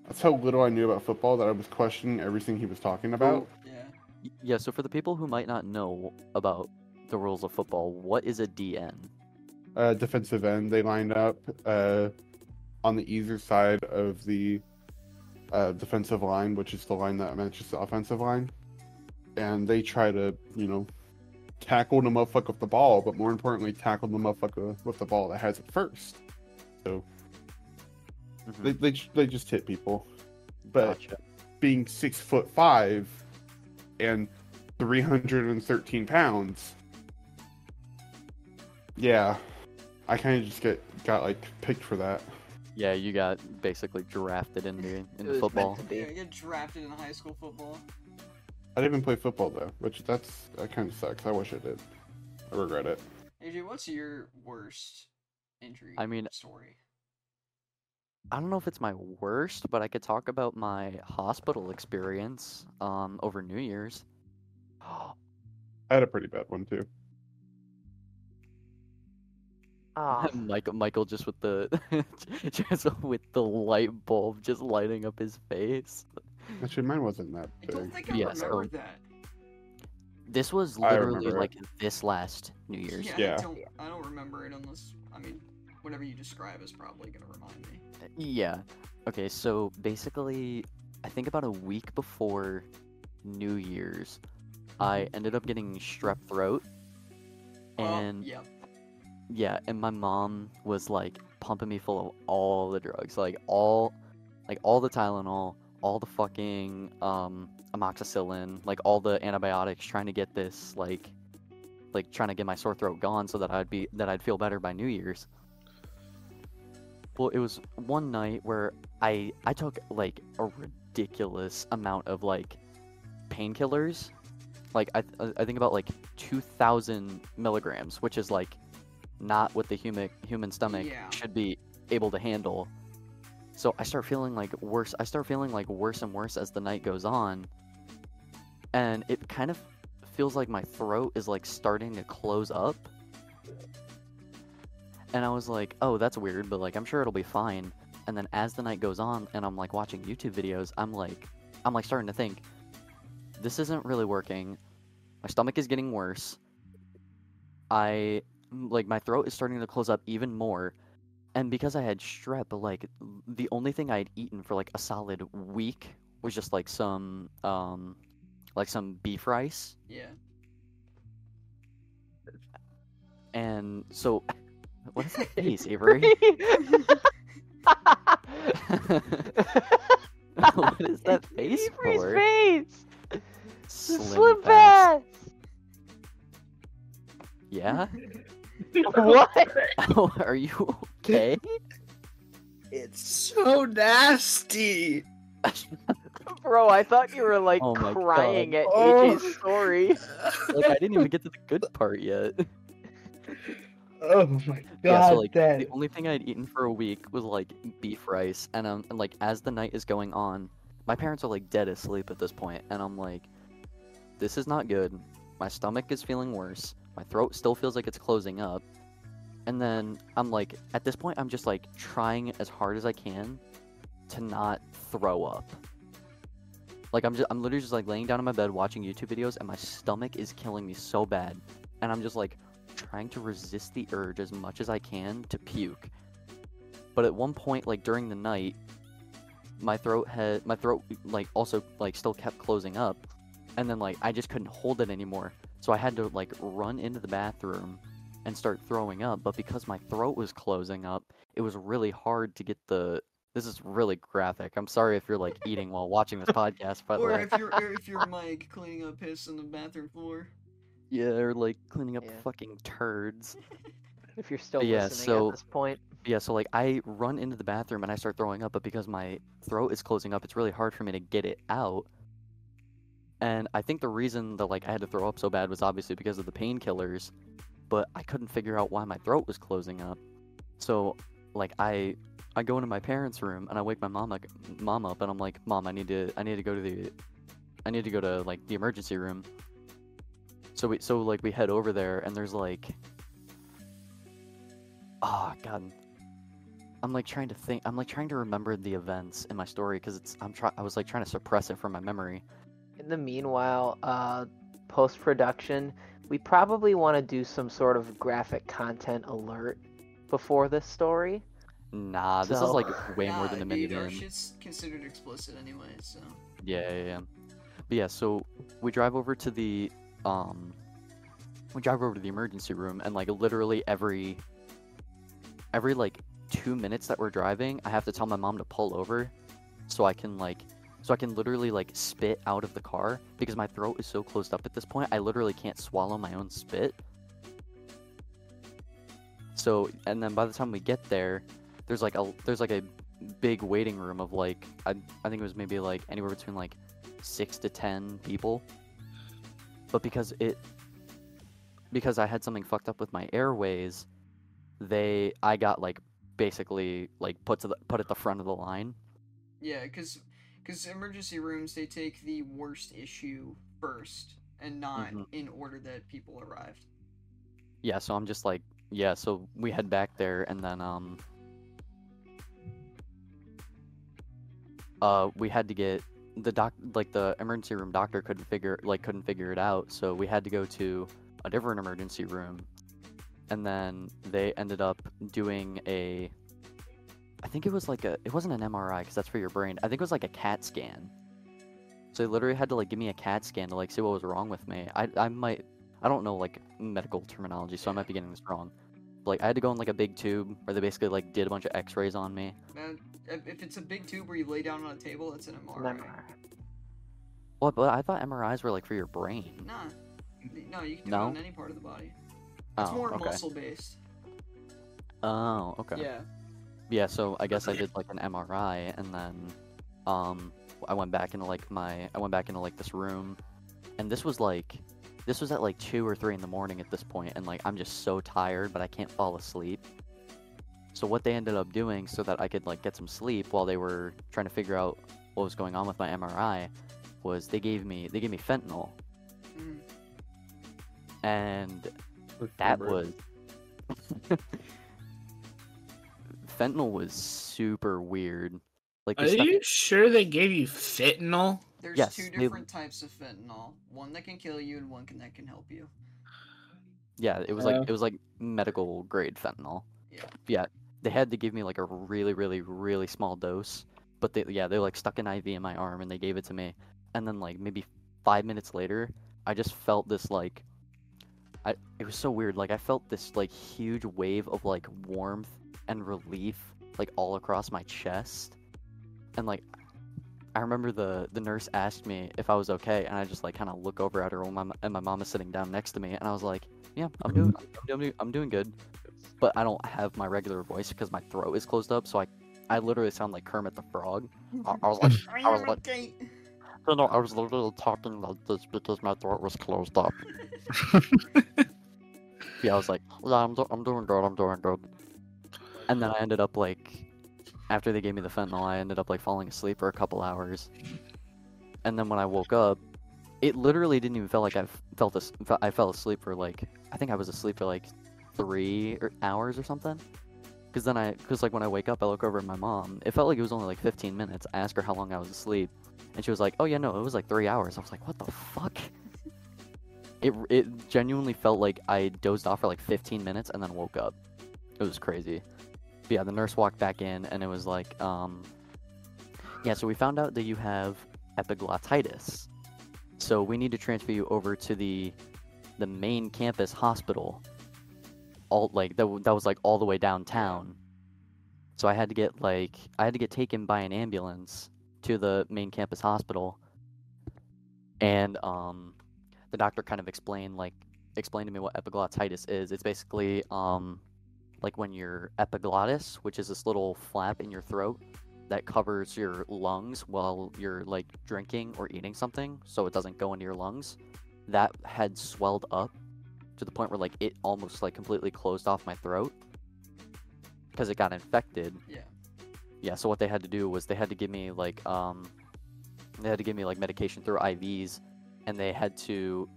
Speaker 2: That's how little I knew about football that I was questioning everything he was talking about.
Speaker 6: yeah.
Speaker 1: Y- Yeah, so for the people who might not know about the rules of football, what is a DN?
Speaker 2: uh, defensive end. They lined up uh, on the either side of the uh, defensive line, which is the line that matches the offensive line, and they try to, you know, tackle the motherfucker with the ball, but more importantly, tackle the motherfucker with the ball that has it first. So
Speaker 1: Mhm.
Speaker 2: they they, ju- they just hit people, but
Speaker 1: Gotcha.
Speaker 2: being six foot five and 313 pounds yeah i kind of just get got like picked for that
Speaker 1: Yeah, you got basically drafted into,
Speaker 5: It
Speaker 1: into
Speaker 5: was
Speaker 1: football.
Speaker 5: meant to
Speaker 6: Yeah,
Speaker 5: be.
Speaker 6: you get drafted in high school football.
Speaker 2: i didn't even play football though which that's that kind of sucks i wish i did i regret it
Speaker 6: AJ, what's your worst injury
Speaker 1: I mean-
Speaker 6: story?
Speaker 1: I don't know if it's my worst, but I could talk about my hospital experience um, over New Year's.
Speaker 2: i had a pretty bad one too
Speaker 5: Oh,
Speaker 1: Michael, Michael, just with the just with the light bulb just lighting up his face.
Speaker 2: actually mine wasn't that
Speaker 6: I don't
Speaker 2: big
Speaker 6: think I
Speaker 1: Yeah, so-
Speaker 6: remember that.
Speaker 1: This was
Speaker 2: I
Speaker 1: literally
Speaker 2: remember it.
Speaker 1: like this last New Year's.
Speaker 6: Yeah,
Speaker 2: Yeah.
Speaker 6: I don't I don't remember it unless I mean whatever you describe is probably gonna remind me.
Speaker 1: Yeah. Okay, so basically, I think about a week before New Year's, I ended up getting strep throat. And
Speaker 6: oh, yeah.
Speaker 1: yeah, and my mom was like pumping me full of all the drugs, like all, like all the Tylenol, all the fucking um amoxicillin, like all the antibiotics, trying to get this like, like trying to get my sore throat gone so that I'd be that I'd feel better by New Year's. Well, it was one night where I I took like a ridiculous amount of like painkillers, like I I think about like two thousand milligrams, which is like not what the human human stomach
Speaker 6: Yeah.
Speaker 1: should be able to handle. So I start feeling like worse. I start feeling like worse and worse as the night goes on, and it kind of feels like my throat is like starting to close up. And I was like, "Oh, that's weird," but like I'm sure it'll be fine. And then as the night goes on, and I'm like watching YouTube videos, I'm like, I'm like starting to think, this isn't really working. My stomach is getting worse. I m- like my throat is starting to close up even more. And because I had strep, like l- the only thing I had eaten for like a solid week was just like some um like some beef rice.
Speaker 6: Yeah.
Speaker 1: And so what is that face, Avery? what is that face
Speaker 5: Avery's
Speaker 1: for?
Speaker 5: face.
Speaker 1: Slim
Speaker 5: Slim
Speaker 1: fast.
Speaker 5: fast.
Speaker 1: Yeah?
Speaker 5: what?
Speaker 1: Are you okay?
Speaker 4: It's so nasty.
Speaker 5: Bro, I thought you were like
Speaker 1: Oh my
Speaker 5: crying
Speaker 1: God.
Speaker 5: at
Speaker 4: Oh.
Speaker 5: AJ's story.
Speaker 1: Like I didn't even get to the good part yet.
Speaker 4: Oh my god,
Speaker 1: yeah, so like
Speaker 4: that.
Speaker 1: the only thing I'd eaten for a week was like beef rice, and um, and like as the night is going on, my parents are like dead asleep at this point, and I'm like, this is not good. My stomach is feeling worse. My throat still feels like it's closing up, and then I'm like, at this point, I'm just like trying as hard as I can to not throw up. Like I'm just, I'm literally just like laying down in my bed watching YouTube videos, and my stomach is killing me so bad, and I'm just like trying to resist the urge as much as I can to puke. But at one point, like during the night, my throat had my throat like also like still kept closing up, and then like I just couldn't hold it anymore. So I had to like run into the bathroom and start throwing up. But because my throat was closing up, it was really hard to get the. This is really graphic. I'm sorry if you're like eating while watching this podcast, by the
Speaker 3: Or
Speaker 1: way.
Speaker 3: if you're or if you're Mike cleaning up piss on the bathroom floor.
Speaker 1: Yeah, or like cleaning up
Speaker 5: Yeah.
Speaker 1: fucking turds.
Speaker 5: If you're still
Speaker 1: Yeah,
Speaker 5: listening
Speaker 1: so-
Speaker 5: at this point.
Speaker 1: Yeah, so like I run into the bathroom and I start throwing up, but because my throat is closing up, it's really hard for me to get it out. And I think the reason that like I had to throw up so bad was obviously because of the painkillers, but I couldn't figure out why my throat was closing up. So like I I go into my parents' room and I wake my mom like mom up and I'm like, "Mom, I need to I need to go to the I need to go to like the emergency room." So we so like we head over there and there's like Oh god. I'm like trying to think. I'm like trying to remember the events in my story because it's. I'm try. I was like trying to suppress it from my memory.
Speaker 5: In the meanwhile, uh, post production, we probably want to do some sort of graphic content alert before this story.
Speaker 1: Nah, this is
Speaker 5: So-
Speaker 1: like way more
Speaker 3: Nah,
Speaker 1: than a minute
Speaker 3: dude, our
Speaker 1: in.
Speaker 3: shit's considered explicit anyway, so
Speaker 1: Yeah, yeah, yeah. But yeah, so we drive over to the um we drive over to the emergency room and like literally every every like 2 minutes that we're driving, I have to tell my mom to pull over so I can like so I can literally like spit out of the car because my throat is so closed up at this point. I literally can't swallow my own spit. So, and then by the time we get there, there's like a there's like a big waiting room of like I, I think it was maybe like anywhere between like six to ten people but because it because i had something fucked up with my airways they i got like basically like put to the put at the front of the line
Speaker 3: yeah, because emergency rooms they take the worst issue first and not
Speaker 1: Mhm.
Speaker 3: in order that people arrived.
Speaker 1: yeah so i'm just like yeah so we head back there and then um uh we had to get the doc like the emergency room doctor couldn't figure like couldn't figure it out so we had to go to a different emergency room and then they ended up doing a i think it was like a it wasn't an mri because that's for your brain i think it was like a cat scan so they literally had to like give me a cat scan to like see what was wrong with me i i might I don't know like medical terminology, so I might be getting this wrong. But, Like I had to go in like a big tube where they basically like did a bunch of X-rays on me.
Speaker 3: That, if if it's a big tube where you lay down on a table, that's an MRI.
Speaker 5: Remember.
Speaker 1: Well, but I thought MRIs were like for your brain.
Speaker 3: Nah, no, you can do
Speaker 1: No?
Speaker 3: it on any part of the body. It's
Speaker 1: Oh,
Speaker 3: more
Speaker 1: okay.
Speaker 3: muscle based.
Speaker 1: Oh, okay.
Speaker 6: Yeah.
Speaker 1: Yeah, so I guess I did like an MRI and then um I went back into like my I went back into like this room and this was like this was at like 2 or 3 in the morning at this point and like I'm just so tired but I can't fall asleep. So what they ended up doing so that I could like get some sleep while they were trying to figure out what was going on with my MRI was they gave me they gave me fentanyl
Speaker 3: Mm.
Speaker 1: and
Speaker 2: With
Speaker 1: that
Speaker 2: Robert.
Speaker 1: was. fentanyl was super weird. Like,
Speaker 4: Are
Speaker 1: the stuff-
Speaker 4: you sure they gave you fentanyl?
Speaker 3: There's
Speaker 1: Yes,
Speaker 3: two
Speaker 1: they-
Speaker 3: different types of fentanyl. One that can kill you and one can, that can help you.
Speaker 1: yeah, it was
Speaker 4: Yeah.
Speaker 1: like it was like medical grade fentanyl.
Speaker 3: Yeah.
Speaker 1: Yeah, they had to give me like a really, really, really small dose, but they yeah they like stuck an IV in my arm and they gave it to me, and then like maybe five minutes later, I just felt this like, I it was so weird. Like I felt this like huge wave of like warmth and relief like all across my chest, and like I remember the the nurse asked me if I was okay, and I just like kind of look over at her when my m- and my mom is sitting down next to me, and I was like, yeah, I'm doing, I'm doing, I'm doing good, but I don't have my regular voice because my throat is closed up. So I, I literally sound like Kermit the Frog. I, I was like, I was like,
Speaker 3: Okay.
Speaker 1: no, no, I was literally talking like this because my throat was closed up. yeah, I was like, yeah, I'm, do- I'm doing good, I'm doing good. And then I ended up like, after they gave me the fentanyl, I ended up like falling asleep for a couple hours. And then when I woke up, it literally didn't even feel like I f- felt as- fe- I fell asleep for like I think I was asleep for like three or hours or something. Because then I, because like when I wake up, I look over at my mom. It felt like it was only like 15 minutes. I asked her how long I was asleep, and she was like, "Oh yeah, no, it was like three hours." I was like, "What the fuck?" It it genuinely felt like I dozed off for like 15 minutes and then woke up. It was crazy. But yeah, the nurse walked back in and it was like, um, yeah. So we found out that you have epiglottitis. So we need to transfer you over to the the main campus hospital. All like that, w- that was like all the way downtown. So I had to get like I had to get taken by an ambulance to the main campus hospital. And um the doctor kind of explained like explained to me what epiglottitis is. It's basically um like when your epiglottis, which is this little flap in your throat that covers your lungs while you're like drinking or eating something so it doesn't go into your lungs that had swelled up to the point where like it almost like completely closed off my throat because it got infected.
Speaker 3: Yeah.
Speaker 1: Yeah, so what they had to do was they had to give me like um they had to give me like medication through IVs and they had to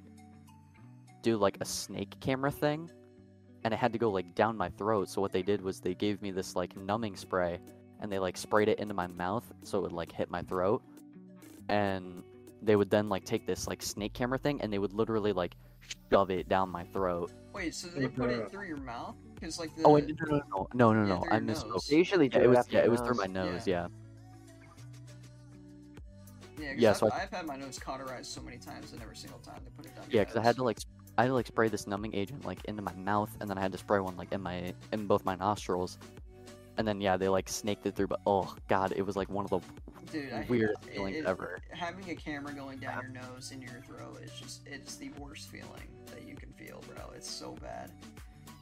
Speaker 1: do like a snake camera thing and it had to go like down my throat. So what they did was they gave me this like numbing spray and they like sprayed it into my mouth so it would like hit my throat and they would then like take this like snake camera thing and they would literally like shove it down my throat.
Speaker 3: Wait, so they
Speaker 7: Like,
Speaker 3: put
Speaker 7: uh,
Speaker 3: it through your mouth? Because like the
Speaker 1: Oh, and no, no, no, no, no,
Speaker 3: yeah,
Speaker 1: no,
Speaker 3: through
Speaker 1: I
Speaker 3: your
Speaker 1: misspoke.
Speaker 3: nose.
Speaker 5: They usually do
Speaker 1: Yeah, it was
Speaker 5: after
Speaker 1: yeah, it was through
Speaker 5: nose.
Speaker 1: my nose. Yeah,
Speaker 3: yeah, 'cause
Speaker 1: yeah,
Speaker 3: I've,
Speaker 1: so
Speaker 3: I've had my nose cauterized so many times, and every single time they put it down.
Speaker 1: yeah,
Speaker 3: your
Speaker 1: because I
Speaker 3: nose.
Speaker 1: had to like sp- I had to like spray this numbing agent like into my mouth, and then I had to spray one like in my in both my nostrils, and then yeah, they like snaked it through. But oh god, it was like one of the
Speaker 3: Dude, I hate
Speaker 1: weirdest
Speaker 3: that. It-
Speaker 1: feelings
Speaker 3: it-
Speaker 1: ever.
Speaker 3: Having a camera going down your nose and your throat is just it's the worst feeling that you can feel, bro. It's so bad.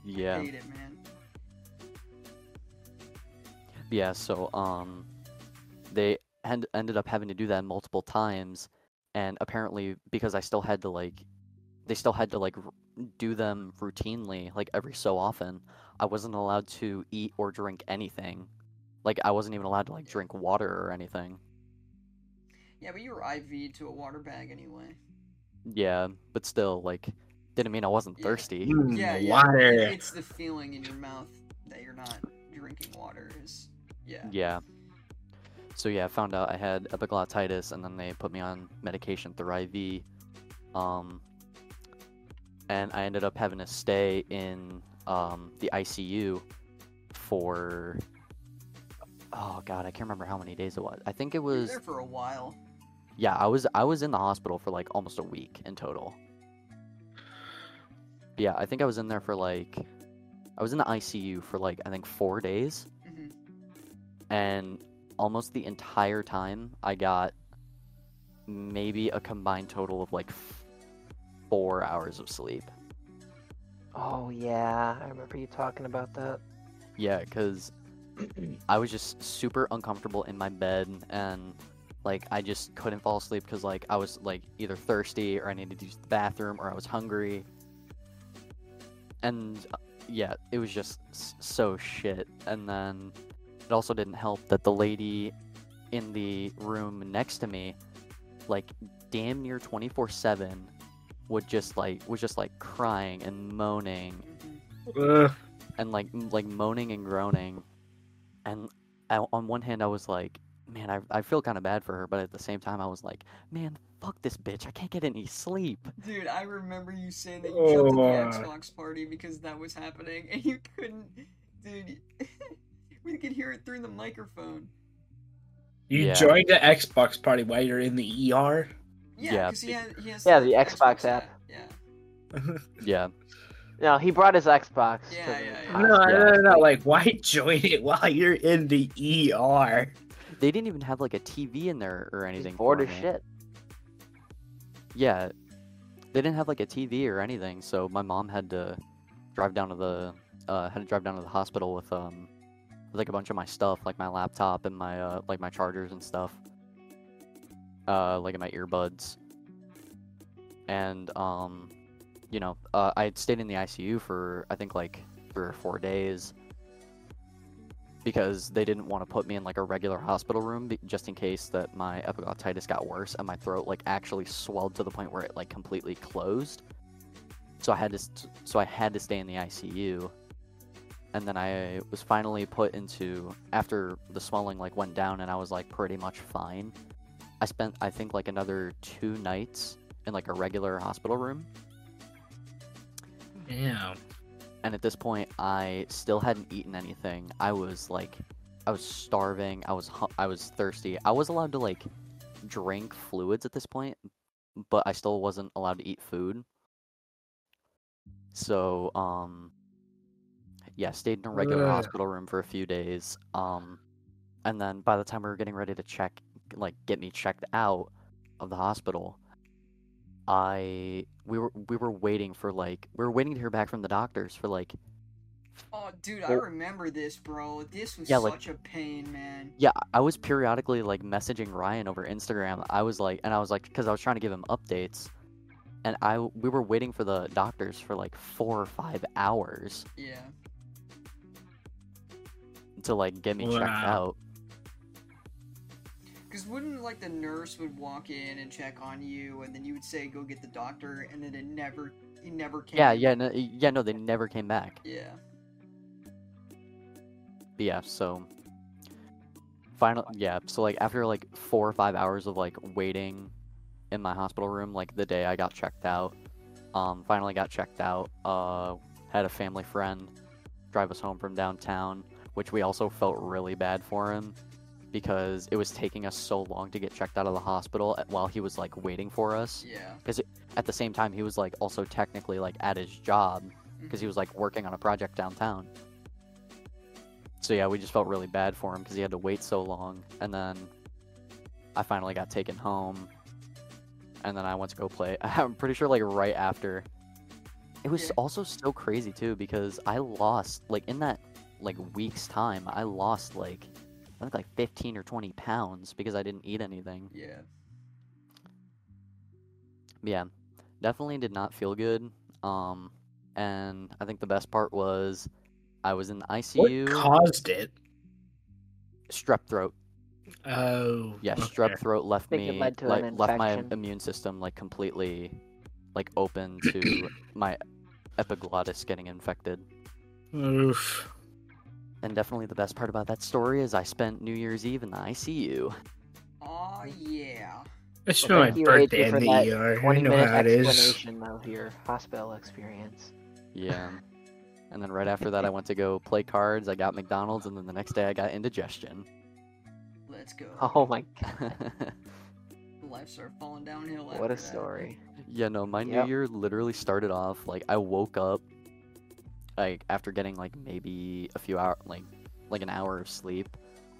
Speaker 1: Yeah,
Speaker 3: Hate it, man.
Speaker 1: yeah. So um, they end, ended up having to do that multiple times, and apparently because I still had to like, they still had to like r- do them routinely, like every so often. I wasn't allowed to eat or drink anything. Like I wasn't even allowed to like drink water or anything.
Speaker 3: Yeah, but you were IV'd to a water bag anyway.
Speaker 1: Yeah, but still, like, didn't mean I wasn't
Speaker 3: Yeah.
Speaker 1: thirsty.
Speaker 7: Mm,
Speaker 3: Yeah, yeah.
Speaker 7: water.
Speaker 3: It- It's the feeling in your mouth that you're not drinking water is yeah.
Speaker 1: Yeah. So yeah, I found out I had epiglottitis, and then they put me on medication through IV. Um, and I ended up having to stay in um, the ICU for oh god, I can't remember how many days it was. I think it
Speaker 3: You were
Speaker 1: was
Speaker 3: there for a while.
Speaker 1: yeah, I was I was in the hospital for like almost a week in total. Yeah, I think I was in there for like I was in the ICU for like I think 4 days.
Speaker 3: Mhm.
Speaker 1: And almost the entire time I got maybe a combined total of like f- 4 hours of sleep.
Speaker 5: Oh yeah, I remember you talking about that.
Speaker 1: Yeah, because I was just super uncomfortable in my bed and like I just couldn't fall asleep because like I was like either thirsty or I needed to use the bathroom or I was hungry. And uh, yeah, it was just s- so shit. And then it also didn't help that the lady in the room next to me, like damn near 24 7, would just like was just like crying and moaning
Speaker 3: Mhm.
Speaker 7: Ugh.
Speaker 1: and like m- like moaning and groaning and I, on one hand i was like man I, I feel kind of bad for her but at the same time i was like man fuck this bitch i can't get any sleep
Speaker 3: Dude, I remember you saying that you jumped at the
Speaker 7: Oh.
Speaker 3: Xbox party because that was happening and you couldn't dude we could hear it through the microphone.
Speaker 7: You
Speaker 1: Yeah.
Speaker 7: joined the Xbox party while you're in
Speaker 4: E
Speaker 7: the ER.
Speaker 3: Yeah,
Speaker 1: Yeah,
Speaker 3: because he, had- he has
Speaker 5: Yeah, the Xbox app.
Speaker 3: Yeah.
Speaker 1: yeah
Speaker 5: No, he brought his Xbox. to
Speaker 3: Yeah,
Speaker 5: the-
Speaker 3: yeah, yeah.
Speaker 7: No, no, no,
Speaker 1: yeah.
Speaker 7: no, Like, why join it while you're in the
Speaker 4: E
Speaker 7: ER?
Speaker 1: they didn't even have like a tv in there or anything
Speaker 5: He's bored
Speaker 1: for
Speaker 5: as
Speaker 1: me.
Speaker 5: shit.
Speaker 1: yeah they didn't have like a TV or anything, so my mom had to drive down to the uh, had to drive down to the hospital with um with, like a bunch of my stuff, like my laptop and my uh, like my chargers and stuff, uh, like my earbuds, and um, you know, uh, I had stayed in the ICU for I think like three or four days because they didn't want to put me in like a regular hospital room be- just in case that my epiglottitis got worse and my throat like actually swelled to the point where it like completely closed. So I had to st- so I had to stay in the ICU. And then I was finally put into after the swelling like went down and I was like pretty much fine. I spent I think like another 2 nights in like a regular hospital room.
Speaker 4: Yeah.
Speaker 1: and at this point i still hadn't eaten anything i was like i was starving i was hu- i was thirsty i was allowed to like drink fluids at this point but i still wasn't allowed to eat food so um yeah stayed in a regular
Speaker 4: Ugh.
Speaker 1: hospital room for a few days um and then by the time we were getting ready to check like get me checked out of the hospital I we were we were waiting for like we were waiting to hear back from the doctors for like
Speaker 3: Oh, dude, I
Speaker 1: Well-
Speaker 3: remember this, bro. This was
Speaker 1: Yeah, like-
Speaker 3: such a pain, man.
Speaker 1: yeah I- I was periodically like messaging Ryan over Instagram I was like and I was like because I was trying to give him updates and I w- we were waiting for the doctors for like four or five hours
Speaker 3: Yeah.
Speaker 1: to like get me checked
Speaker 4: Wow.
Speaker 1: out
Speaker 3: Because wouldn't like the nurse would walk in and check on you, and then you would say go get the doctor, and then it never, it never came.
Speaker 1: yeah yeah no, yeah no they never came back
Speaker 3: Yeah.
Speaker 1: But yeah so final yeah so like after like four or five hours of like waiting in my hospital room like the day i got checked out um finally got checked out uh had a family friend drive us home from downtown which we also felt really bad for him because it was taking us so long to get checked out of the hospital uh, while he was like waiting for us
Speaker 3: Yeah.
Speaker 1: at the same time he was like also technically like at his job
Speaker 3: Mm-hmm.
Speaker 1: because he was like working on a project downtown so yeah we just felt really bad for him because he had to wait so long and then i finally got taken home and then i went to go play i'm pretty sure like right after it was
Speaker 3: Yeah.
Speaker 1: also so crazy too because i lost like in that like week's time i lost like i think like 15 or 20 pounds because i didn't eat anything
Speaker 3: Yeah.
Speaker 1: yeah definitely did not feel good um and i think the best part was i was in the
Speaker 4: What
Speaker 1: icu
Speaker 4: caused it?
Speaker 1: strep throat
Speaker 4: Oh.
Speaker 1: yeah
Speaker 4: okay.
Speaker 1: strep throat left
Speaker 5: Think it
Speaker 1: me
Speaker 5: led to
Speaker 1: like
Speaker 5: an
Speaker 1: left my
Speaker 5: infection.
Speaker 1: immune system like completely like open to my epiglottis getting infected
Speaker 4: Oof.
Speaker 1: and definitely the best part about that story is i spent new year's eve in the icu
Speaker 3: Oh yeah.
Speaker 4: I spent my
Speaker 5: thank you,
Speaker 4: birthday
Speaker 5: AJ,
Speaker 4: in
Speaker 5: for
Speaker 4: the
Speaker 5: that
Speaker 4: ER. I
Speaker 5: Twenty
Speaker 4: know
Speaker 5: minute
Speaker 4: how it is.
Speaker 5: explanation of your hospital experience.
Speaker 1: yeah and then right after that i went to go play cards i got mcdonald's and then the next day i got indigestion
Speaker 3: Let's go.
Speaker 5: Oh my god,
Speaker 3: Life started falling downhill.
Speaker 5: what
Speaker 3: after
Speaker 5: a
Speaker 3: that.
Speaker 5: story.
Speaker 1: Yeah, no, my
Speaker 5: Yep.
Speaker 1: new year literally started off like I woke up like after getting like maybe a few hour like like an hour of sleep.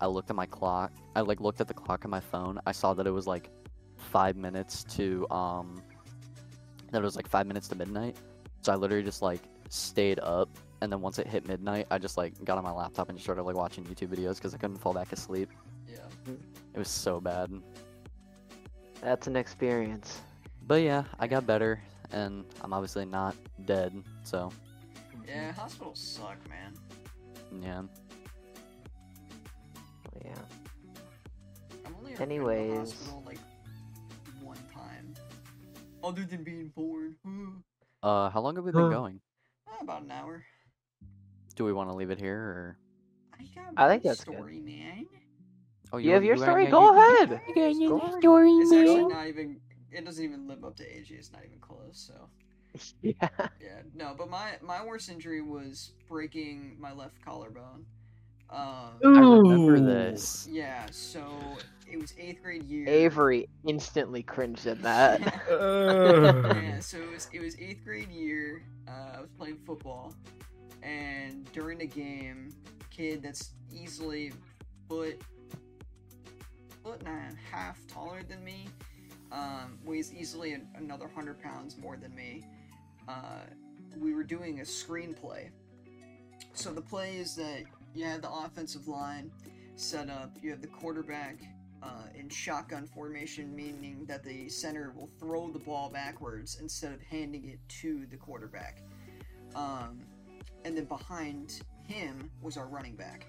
Speaker 1: I looked at my clock. I like looked at the clock on my phone. I saw that it was like 5 minutes to um that it was like 5 minutes to midnight. So I literally just like stayed up and then once it hit midnight, I just like got on my laptop and just started like watching YouTube videos cuz I couldn't fall back asleep.
Speaker 3: Yeah.
Speaker 1: It was so bad.
Speaker 5: That's an experience.
Speaker 1: But yeah, I got better and I'm obviously not dead. So
Speaker 3: Yeah. Hospitals suck, man.
Speaker 1: Yeah.
Speaker 5: Yeah.
Speaker 3: I'm only ever been to the
Speaker 5: Anyways.
Speaker 3: hospital like one time, other than being born.
Speaker 1: Uh, how long have we been
Speaker 4: Huh.
Speaker 1: going?
Speaker 3: About an hour.
Speaker 1: Do we want to leave it here, or
Speaker 3: I got
Speaker 5: I
Speaker 3: my
Speaker 5: think that's good.
Speaker 3: story, man.
Speaker 1: oh,
Speaker 5: You have your
Speaker 1: wanna-
Speaker 5: story.
Speaker 1: yeah,
Speaker 5: Go
Speaker 1: you-
Speaker 5: ahead. story,
Speaker 3: It's actually not even. It doesn't even live up to AJ. It's not even close. So
Speaker 5: Yeah.
Speaker 3: yeah, no. But my my worst injury was breaking my left collarbone. Uh,
Speaker 1: I remember
Speaker 4: Ooh.
Speaker 1: this.
Speaker 3: yeah. So it was eighth grade year.
Speaker 5: Avery instantly cringed at that.
Speaker 3: Yeah.
Speaker 4: Ugh.
Speaker 3: yeah, so it was, it was eighth grade year. Uh, I was playing football, and during the game, kid that's easily foot foot and a half taller than me um, weighs easily an- another 100 pounds more than me. Uh, we were doing a screenplay. So the play is that you have the offensive line set up, you have the quarterback uh, in shotgun formation, meaning that the center will throw the ball backwards instead of handing it to the quarterback. Um, and then behind him was our running back.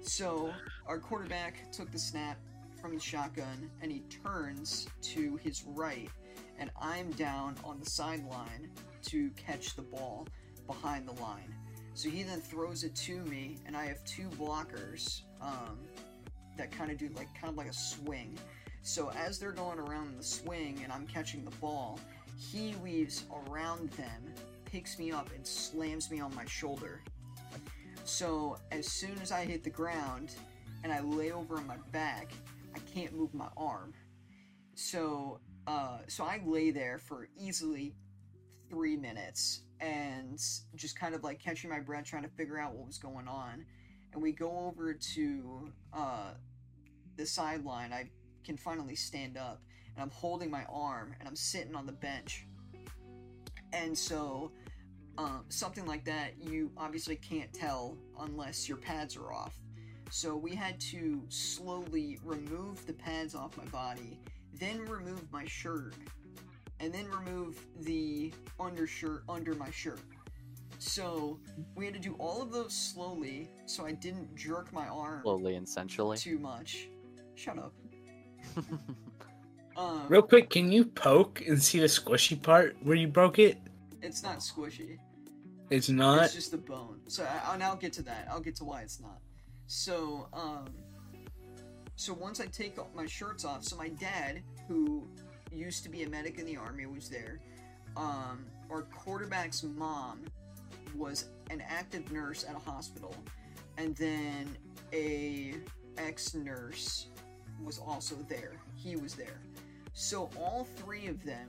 Speaker 3: So our quarterback took the snap from the shotgun and he turns to his right, and I'm down on the sideline to catch the ball behind the line. So he then throws it to me, and I have two blockers um, that kind of do like kind of like a swing. So as they're going around in the swing and I'm catching the ball, he weaves around them, picks me up, and slams me on my shoulder. So as soon as I hit the ground and I lay over on my back, I can't move my arm. So uh, so I lay there for easily three minutes and just kind of like catching my breath, trying to figure out what was going on. And we go over to uh, the sideline. I can finally stand up, and I'm holding my arm, and I'm sitting on the bench. And so, um, something like that, you obviously can't tell unless your pads are off. So we had to slowly remove the pads off my body, then remove my shirt, and then remove the undershirt under my shirt. So we had to do all of those slowly, so I didn't jerk my arm
Speaker 1: slowly and sensually.
Speaker 3: too much. Shut up. Um,
Speaker 4: Real quick, can you poke and see the squishy part where you broke it?
Speaker 3: It's not squishy.
Speaker 4: It's not.
Speaker 3: It's just the bone. So I, and I'll get to that. I'll get to why it's not. So um, so once I take off my shirts off, so my dad, who used to be a medic in the army, was there. Um, our quarterback's mom was an active nurse at a hospital, and then a ex nurse was also there. He was there. So all three of them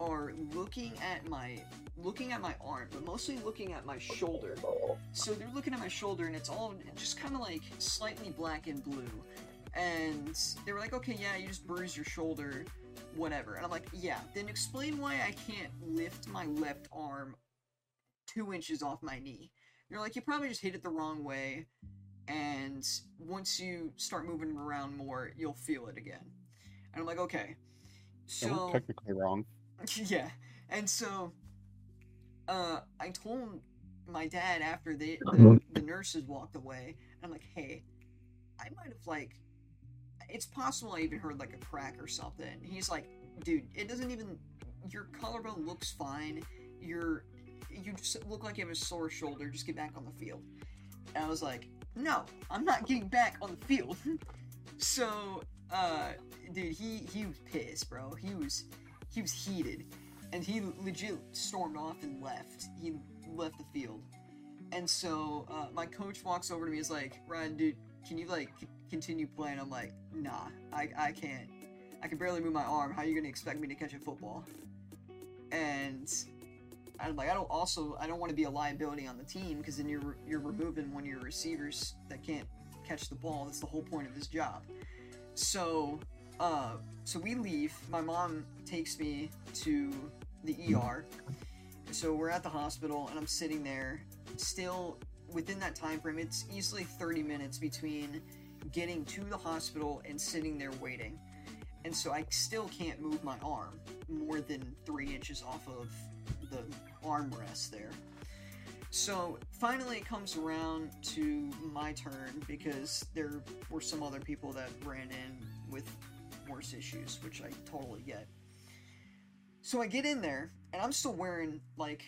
Speaker 3: are looking at my looking at my arm, but mostly looking at my shoulder. So they're looking at my shoulder, and it's all just kind of like slightly black and blue. And they were like, "Okay, yeah, you just bruised your shoulder, whatever." And I'm like, "Yeah." Then explain why I can't lift my left arm two inches off my knee. They're like, "You probably just hit it the wrong way, and once you start moving it around more, you'll feel it again." And I'm like, "Okay."
Speaker 2: They weren't
Speaker 3: So
Speaker 2: technically wrong.
Speaker 3: yeah. And so uh I told my dad after they the, the nurses walked away, I'm like, hey, I might have like it's possible I even heard like a crack or something. He's like, dude, it doesn't even your collarbone looks fine. You're you just look like you have a sore shoulder, just get back on the field. And I was like, no, I'm not getting back on the field. so uh dude, he he was pissed, bro. He was he was heated and he legit stormed off and left he left the field and so uh, my coach walks over to me he's like ryan dude can you like c- continue playing i'm like nah I, I can't i can barely move my arm how you gonna expect me to catch a football and i'm like i don't also i don't want to be a liability on the team because then you're you're removing one of your receivers that can't catch the ball that's the whole point of his job so uh so we leave. My mom takes me to the ER. So we're at the hospital, and I'm sitting there, still within that time frame. It's easily 30 minutes between getting to the hospital and sitting there waiting. And so I still can't move my arm more than three inches off of the armrest there. So finally, it comes around to my turn because there were some other people that ran in with worse issues, which I totally get. So I get in there, and I'm still wearing like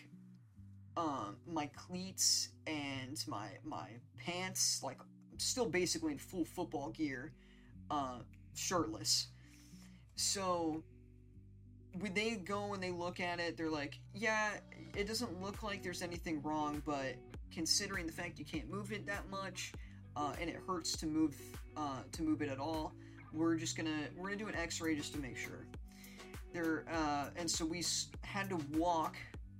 Speaker 3: um my cleats and my my pants, like I'm still basically in full football gear, uh, shirtless. So when they go and they look at it, they're like, "Yeah, it doesn't look like there's anything wrong, but considering the fact you can't move it that much, uh, and it hurts to move uh, to move it at all, we're just gonna we're gonna do an x-ray just to make sure there uh, and so we s- had to walk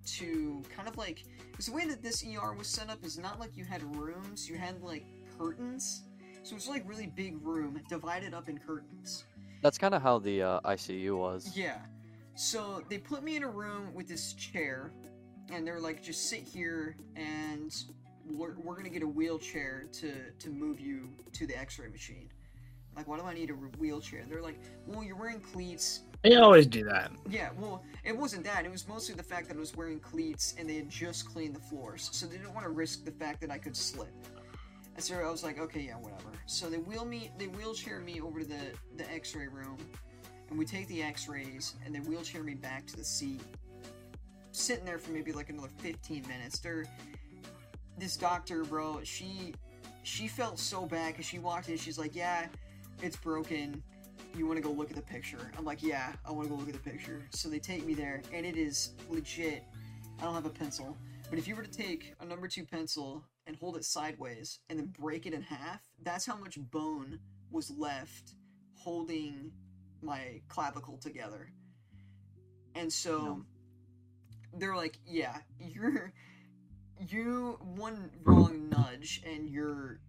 Speaker 3: to kind of like because the way that this er was set up is not like you had rooms you had like curtains so it's like really big room divided up in curtains
Speaker 1: That's kind of how the uh, ICU was.
Speaker 3: Yeah. So they put me in a room with this chair, and they're like, just sit here, and we're, we're gonna get a wheelchair to to move you to the X-ray machine. Like, why do I need a wheelchair? They're like, well, you're wearing cleats.
Speaker 4: They always do that.
Speaker 3: Yeah, well, it wasn't that. It was mostly the fact that I was wearing cleats and they had just cleaned the floors, so they didn't want to risk the fact that I could slip. And so I was like, okay, yeah, whatever. So they wheel me, they wheelchair me over to the the X-ray room, and we take the X-rays, and they wheelchair me back to the seat. Sitting there for maybe like another 15 minutes. There, this doctor, bro, she she felt so bad because she walked in, she's like, yeah, it's broken. You want to go look at the picture? I'm like, yeah, I want to go look at the picture. So they take me there, and it is legit. I don't have a pencil, but if you were to take a number two pencil and hold it sideways and then break it in half, that's how much bone was left holding my clavicle together. And so they're like, yeah, you're you one wrong nudge and you're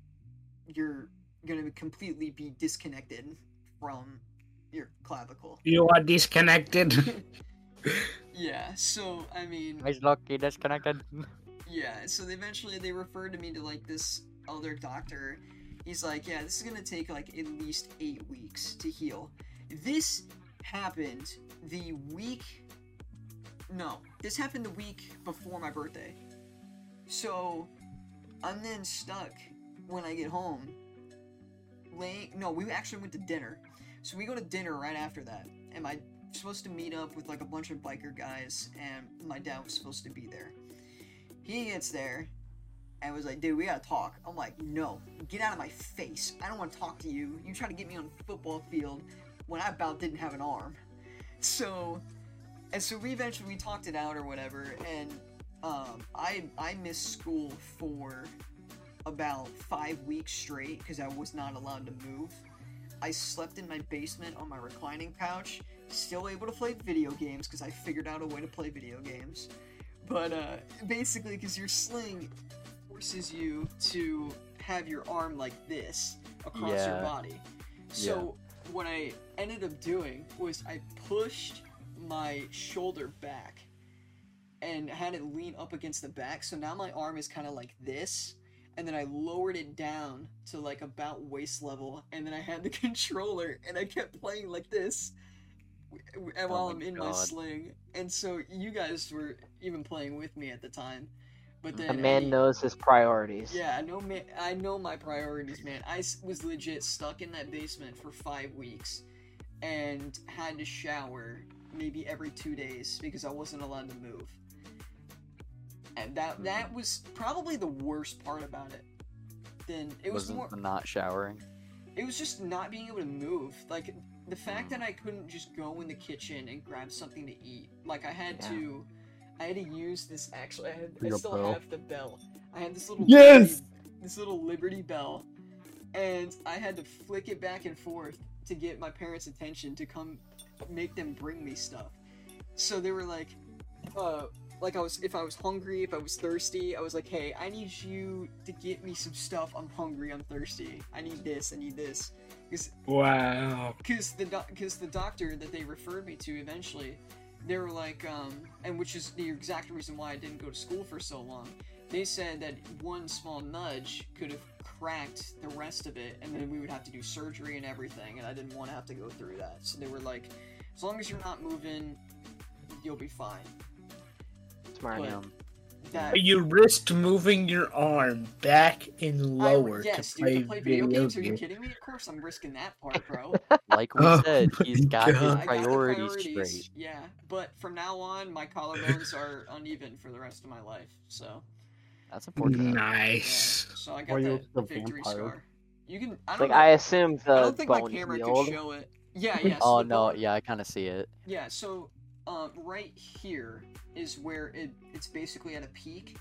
Speaker 3: you're going to completely be disconnected from your clavicle.
Speaker 4: You are disconnected.
Speaker 3: Yeah, so I mean,
Speaker 1: He's lucky disconnected.
Speaker 3: Yeah, so they eventually they referred to me to like this other doctor. He's like, yeah, this is gonna take like at least eight weeks to heal. This happened the week. No, this happened the week before my birthday. So I'm then stuck when I get home. Laying, no, we actually went to dinner. So we go to dinner right after that, and my supposed to meet up with like a bunch of biker guys, and my dad was supposed to be there. He gets there and was like, dude, we gotta talk. I'm like, no, get out of my face. I don't wanna talk to you. You try to get me on the football field when I about didn't have an arm. So and so we eventually we talked it out or whatever, and um, I I missed school for about five weeks straight because I was not allowed to move. I slept in my basement on my reclining couch, still able to play video games because I figured out a way to play video games. But uh, basically, because your sling forces you to have your arm like this across your
Speaker 1: Yeah.
Speaker 3: body. So what I ended up doing was I pushed my shoulder back and had it lean up against the back. So now my arm is kind of like this and then I lowered it down to like about waist level, and then I had the controller, and I kept playing like this, w- w- and
Speaker 1: Oh
Speaker 3: while
Speaker 1: my
Speaker 3: I'm in my
Speaker 1: God.
Speaker 3: sling. And so you guys were even playing with me at the time, but then
Speaker 5: A man
Speaker 3: I-
Speaker 5: knows his priorities.
Speaker 3: Yeah, I know. Man, I know my priorities, man. I s- was legit stuck in that basement for five weeks, and had to shower maybe every two days because I wasn't allowed to move. And
Speaker 1: Hmm.
Speaker 3: that that was probably the worst part about it. Then it was
Speaker 1: Wasn't
Speaker 3: more
Speaker 1: not showering.
Speaker 3: it was just not being able to move. Like the fact
Speaker 1: Hmm.
Speaker 3: that I couldn't just go in the kitchen and grab something to eat. Like I had
Speaker 5: Yeah.
Speaker 3: to, I had to use this. Actually, I, had, I
Speaker 1: Your
Speaker 3: still
Speaker 1: bell.
Speaker 3: have the bell. I had this little
Speaker 2: Yes!
Speaker 3: Liberty- this little Liberty bell, and I had to flick it back and forth to get my parents' attention to come make them bring me stuff. So they were like, uh, like I was if I was hungry, if I was thirsty, I was like, hey, I need you to get me some stuff. I'm hungry. I'm thirsty. I need this. I need this.
Speaker 4: wow.
Speaker 3: Cause the because the doctor that they referred me to eventually, they were like, um, and which is the exact reason why I didn't go to school for so long. They said that one small nudge could have cracked the rest of it, and then we would have to do surgery and everything. And I didn't want to have to go through that. So they were like, as long as you're not moving, you'll be fine.
Speaker 5: Smart.
Speaker 3: But-
Speaker 1: Damn.
Speaker 3: That
Speaker 4: You risked moving your arm back and
Speaker 3: I-
Speaker 4: lower
Speaker 3: yes,
Speaker 4: to play,
Speaker 3: dude, to play
Speaker 4: video,
Speaker 3: Are you
Speaker 4: games.
Speaker 3: kidding me? Of course, I'm risking that part, bro.
Speaker 1: Like we
Speaker 4: Oh
Speaker 1: said, he's
Speaker 4: my
Speaker 1: got his
Speaker 4: God.
Speaker 3: I got the
Speaker 1: priorities,
Speaker 3: priorities,
Speaker 1: straight.
Speaker 3: Yeah, but from now on, my collarbones are uneven for the rest of my life. So,
Speaker 1: That's unfortunate.
Speaker 3: yeah.
Speaker 4: Nice.
Speaker 3: so I
Speaker 2: Why
Speaker 3: got
Speaker 2: you
Speaker 3: that
Speaker 2: look so
Speaker 3: victory
Speaker 2: vampire?
Speaker 3: scar. You can. I don't.
Speaker 5: Like
Speaker 3: know,
Speaker 5: I assume the
Speaker 3: I don't think my
Speaker 5: bone
Speaker 3: camera
Speaker 5: healed.
Speaker 3: could show it. Yeah, yeah. so
Speaker 1: oh
Speaker 3: the
Speaker 1: no,
Speaker 3: bone-
Speaker 1: yeah, I kind of see it.
Speaker 3: Yeah, so um, right here is where it it's basically at a peak,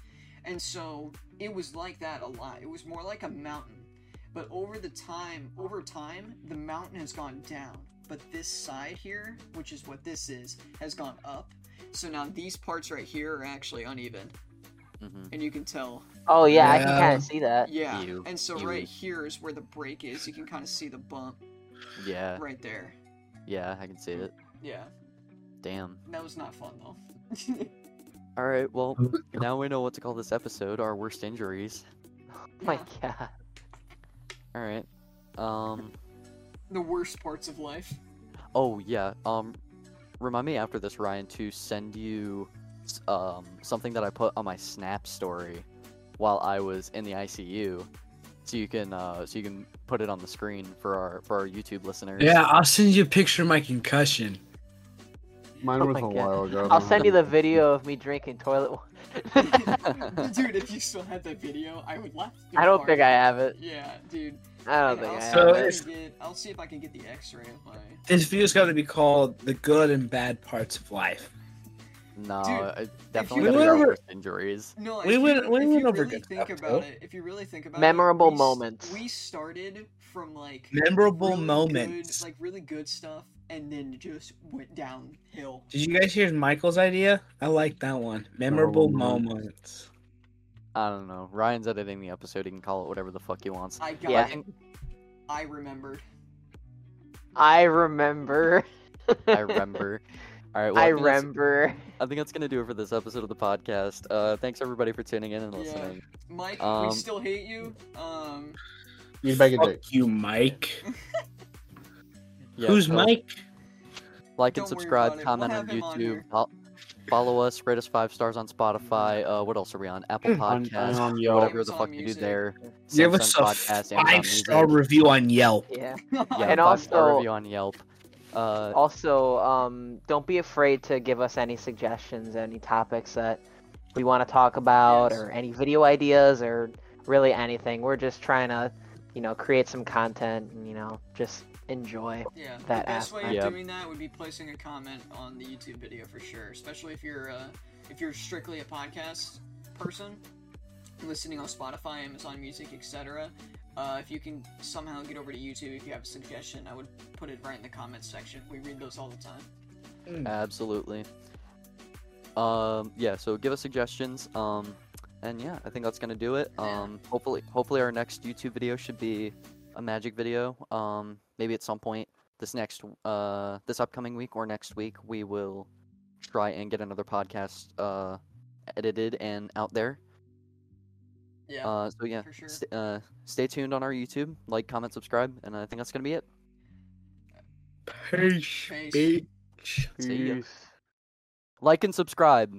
Speaker 3: and so it was like that a lot. It was more like a mountain, but over the time, over time, the mountain has gone down, but this side here, which is what this is, has gone up. So now these parts right here are actually uneven,
Speaker 1: hmm
Speaker 3: and you can tell.
Speaker 5: Oh yeah, I can
Speaker 4: Yeah.
Speaker 5: kind of see that.
Speaker 3: Yeah,
Speaker 1: Ew,
Speaker 3: and so
Speaker 1: ew.
Speaker 3: right here is where the break is. You can kind of see the bump
Speaker 1: Yeah,
Speaker 3: right there.
Speaker 1: Yeah, I can see it.
Speaker 3: Yeah,
Speaker 1: Damn.
Speaker 3: that was not fun though.
Speaker 1: All right, well, now we know what to call this episode our worst injuries.
Speaker 5: My God.
Speaker 1: All right. Um
Speaker 3: the worst parts of life.
Speaker 1: oh yeah, um remind me after this Ryan to send you s- um something that I put on my snap story while I was in the ICU so you can uh so you can put it on the screen for our for our YouTube listeners.
Speaker 7: Yeah, I'll send you a picture of my concussion.
Speaker 2: Mine
Speaker 5: Oh
Speaker 2: was
Speaker 5: my
Speaker 2: a
Speaker 5: God.
Speaker 2: while ago.
Speaker 5: I'll send you the video of me drinking toilet. wa-
Speaker 3: dude, if you still had that video, I would laugh. so
Speaker 5: I don't
Speaker 3: hard.
Speaker 5: think I have it.
Speaker 3: Yeah, dude.
Speaker 5: I don't
Speaker 3: Dude,
Speaker 5: think I
Speaker 3: I'll,
Speaker 5: have
Speaker 3: see
Speaker 4: So
Speaker 3: if I
Speaker 5: it.
Speaker 4: it's-
Speaker 3: can get, I'll see if I can get the X-ray of my.
Speaker 4: This video's got to be called "The Good and Bad Parts of Life."
Speaker 1: No,
Speaker 3: Dude,
Speaker 1: I definitely
Speaker 3: you
Speaker 1: gotta get our
Speaker 4: ever-
Speaker 1: worst injuries.
Speaker 3: No,
Speaker 4: We
Speaker 3: if
Speaker 4: went-
Speaker 3: You,
Speaker 4: we
Speaker 3: if
Speaker 4: went
Speaker 3: you
Speaker 4: over
Speaker 3: really
Speaker 4: good
Speaker 3: think
Speaker 4: stuff,
Speaker 3: about
Speaker 4: though.
Speaker 3: it. If you really think about
Speaker 5: Memorable
Speaker 3: it, we s-
Speaker 5: moments.
Speaker 3: We started from like
Speaker 4: Memorable
Speaker 3: really
Speaker 4: moments.
Speaker 3: good, like really good stuff, and then just went downhill.
Speaker 4: Did you guys hear Michael's idea? I like that one.
Speaker 1: Oh,
Speaker 4: Memorable
Speaker 2: Memorable
Speaker 4: moments.
Speaker 1: I don't know. Ryan's editing the episode. He can call it whatever the fuck he wants.
Speaker 3: I got
Speaker 5: Yeah.
Speaker 3: it. I remembered.
Speaker 5: I remember.
Speaker 1: I remember. All right. Well,
Speaker 5: I
Speaker 1: I, think that's-
Speaker 5: remember.
Speaker 1: I think that's gonna do it for this episode of the podcast. Uh, thanks everybody for tuning in and
Speaker 3: Yeah.
Speaker 1: listening.
Speaker 3: Mike,
Speaker 1: Um,
Speaker 3: we still hate you. Um,
Speaker 2: Need a bag of
Speaker 5: Oh,
Speaker 4: Fuck
Speaker 2: dicks.
Speaker 4: you, Mike.
Speaker 1: Yeah,
Speaker 4: Who's
Speaker 1: so
Speaker 4: Mike?
Speaker 1: Like and
Speaker 3: Don't worry about
Speaker 1: subscribe.
Speaker 3: it,
Speaker 1: Comment
Speaker 3: we'll
Speaker 1: on
Speaker 3: have him on
Speaker 1: YouTube.
Speaker 3: here.
Speaker 1: fo- follow us. Rate us five stars on Spotify. Uh, what else are we on? Apple
Speaker 2: On-
Speaker 1: Podcasts.
Speaker 2: on Yelp.
Speaker 1: whatever the
Speaker 3: Amazon
Speaker 1: fuck you do
Speaker 3: Music.
Speaker 1: there.
Speaker 4: Give
Speaker 1: Samsung
Speaker 4: us a
Speaker 1: Podcast, Amazon
Speaker 4: five star
Speaker 1: Music.
Speaker 4: review on Yelp.
Speaker 5: Yeah.
Speaker 1: Yeah,
Speaker 5: And
Speaker 1: five-star
Speaker 5: also-
Speaker 1: review on Yelp. Uh,
Speaker 5: Also, um, don't be afraid to give us any suggestions, any topics that we want to talk about,
Speaker 3: Yes.
Speaker 5: or any video ideas, or really anything. We're just trying to, you know, create some content and you know just enjoy.
Speaker 3: yeah.
Speaker 5: That
Speaker 3: the best way of
Speaker 1: aspect. Yeah.
Speaker 3: doing that would be placing a comment on the YouTube video for sure, especially if you're uh, if you're strictly a podcast person, listening on Spotify, Amazon Music, etc. Uh, if you can somehow get over to YouTube, if you have a suggestion, I would put it right in the comments section. We read those all the time.
Speaker 1: Absolutely. Um, yeah, so give us suggestions. Um, and yeah, I think that's gonna do it.
Speaker 3: Yeah.
Speaker 1: Um, hopefully, hopefully our next YouTube video should be a magic video. Um, maybe at some point this next, uh, this upcoming week or next week, we will try and get another podcast uh edited and out there.
Speaker 3: Yeah,
Speaker 1: Uh, so yeah,
Speaker 3: for sure.
Speaker 1: st- uh, stay tuned on our YouTube. Like, comment, subscribe, and I think that's gonna be it.
Speaker 4: Peace.
Speaker 3: Peace.
Speaker 4: bitch.
Speaker 1: See ya. Like and subscribe.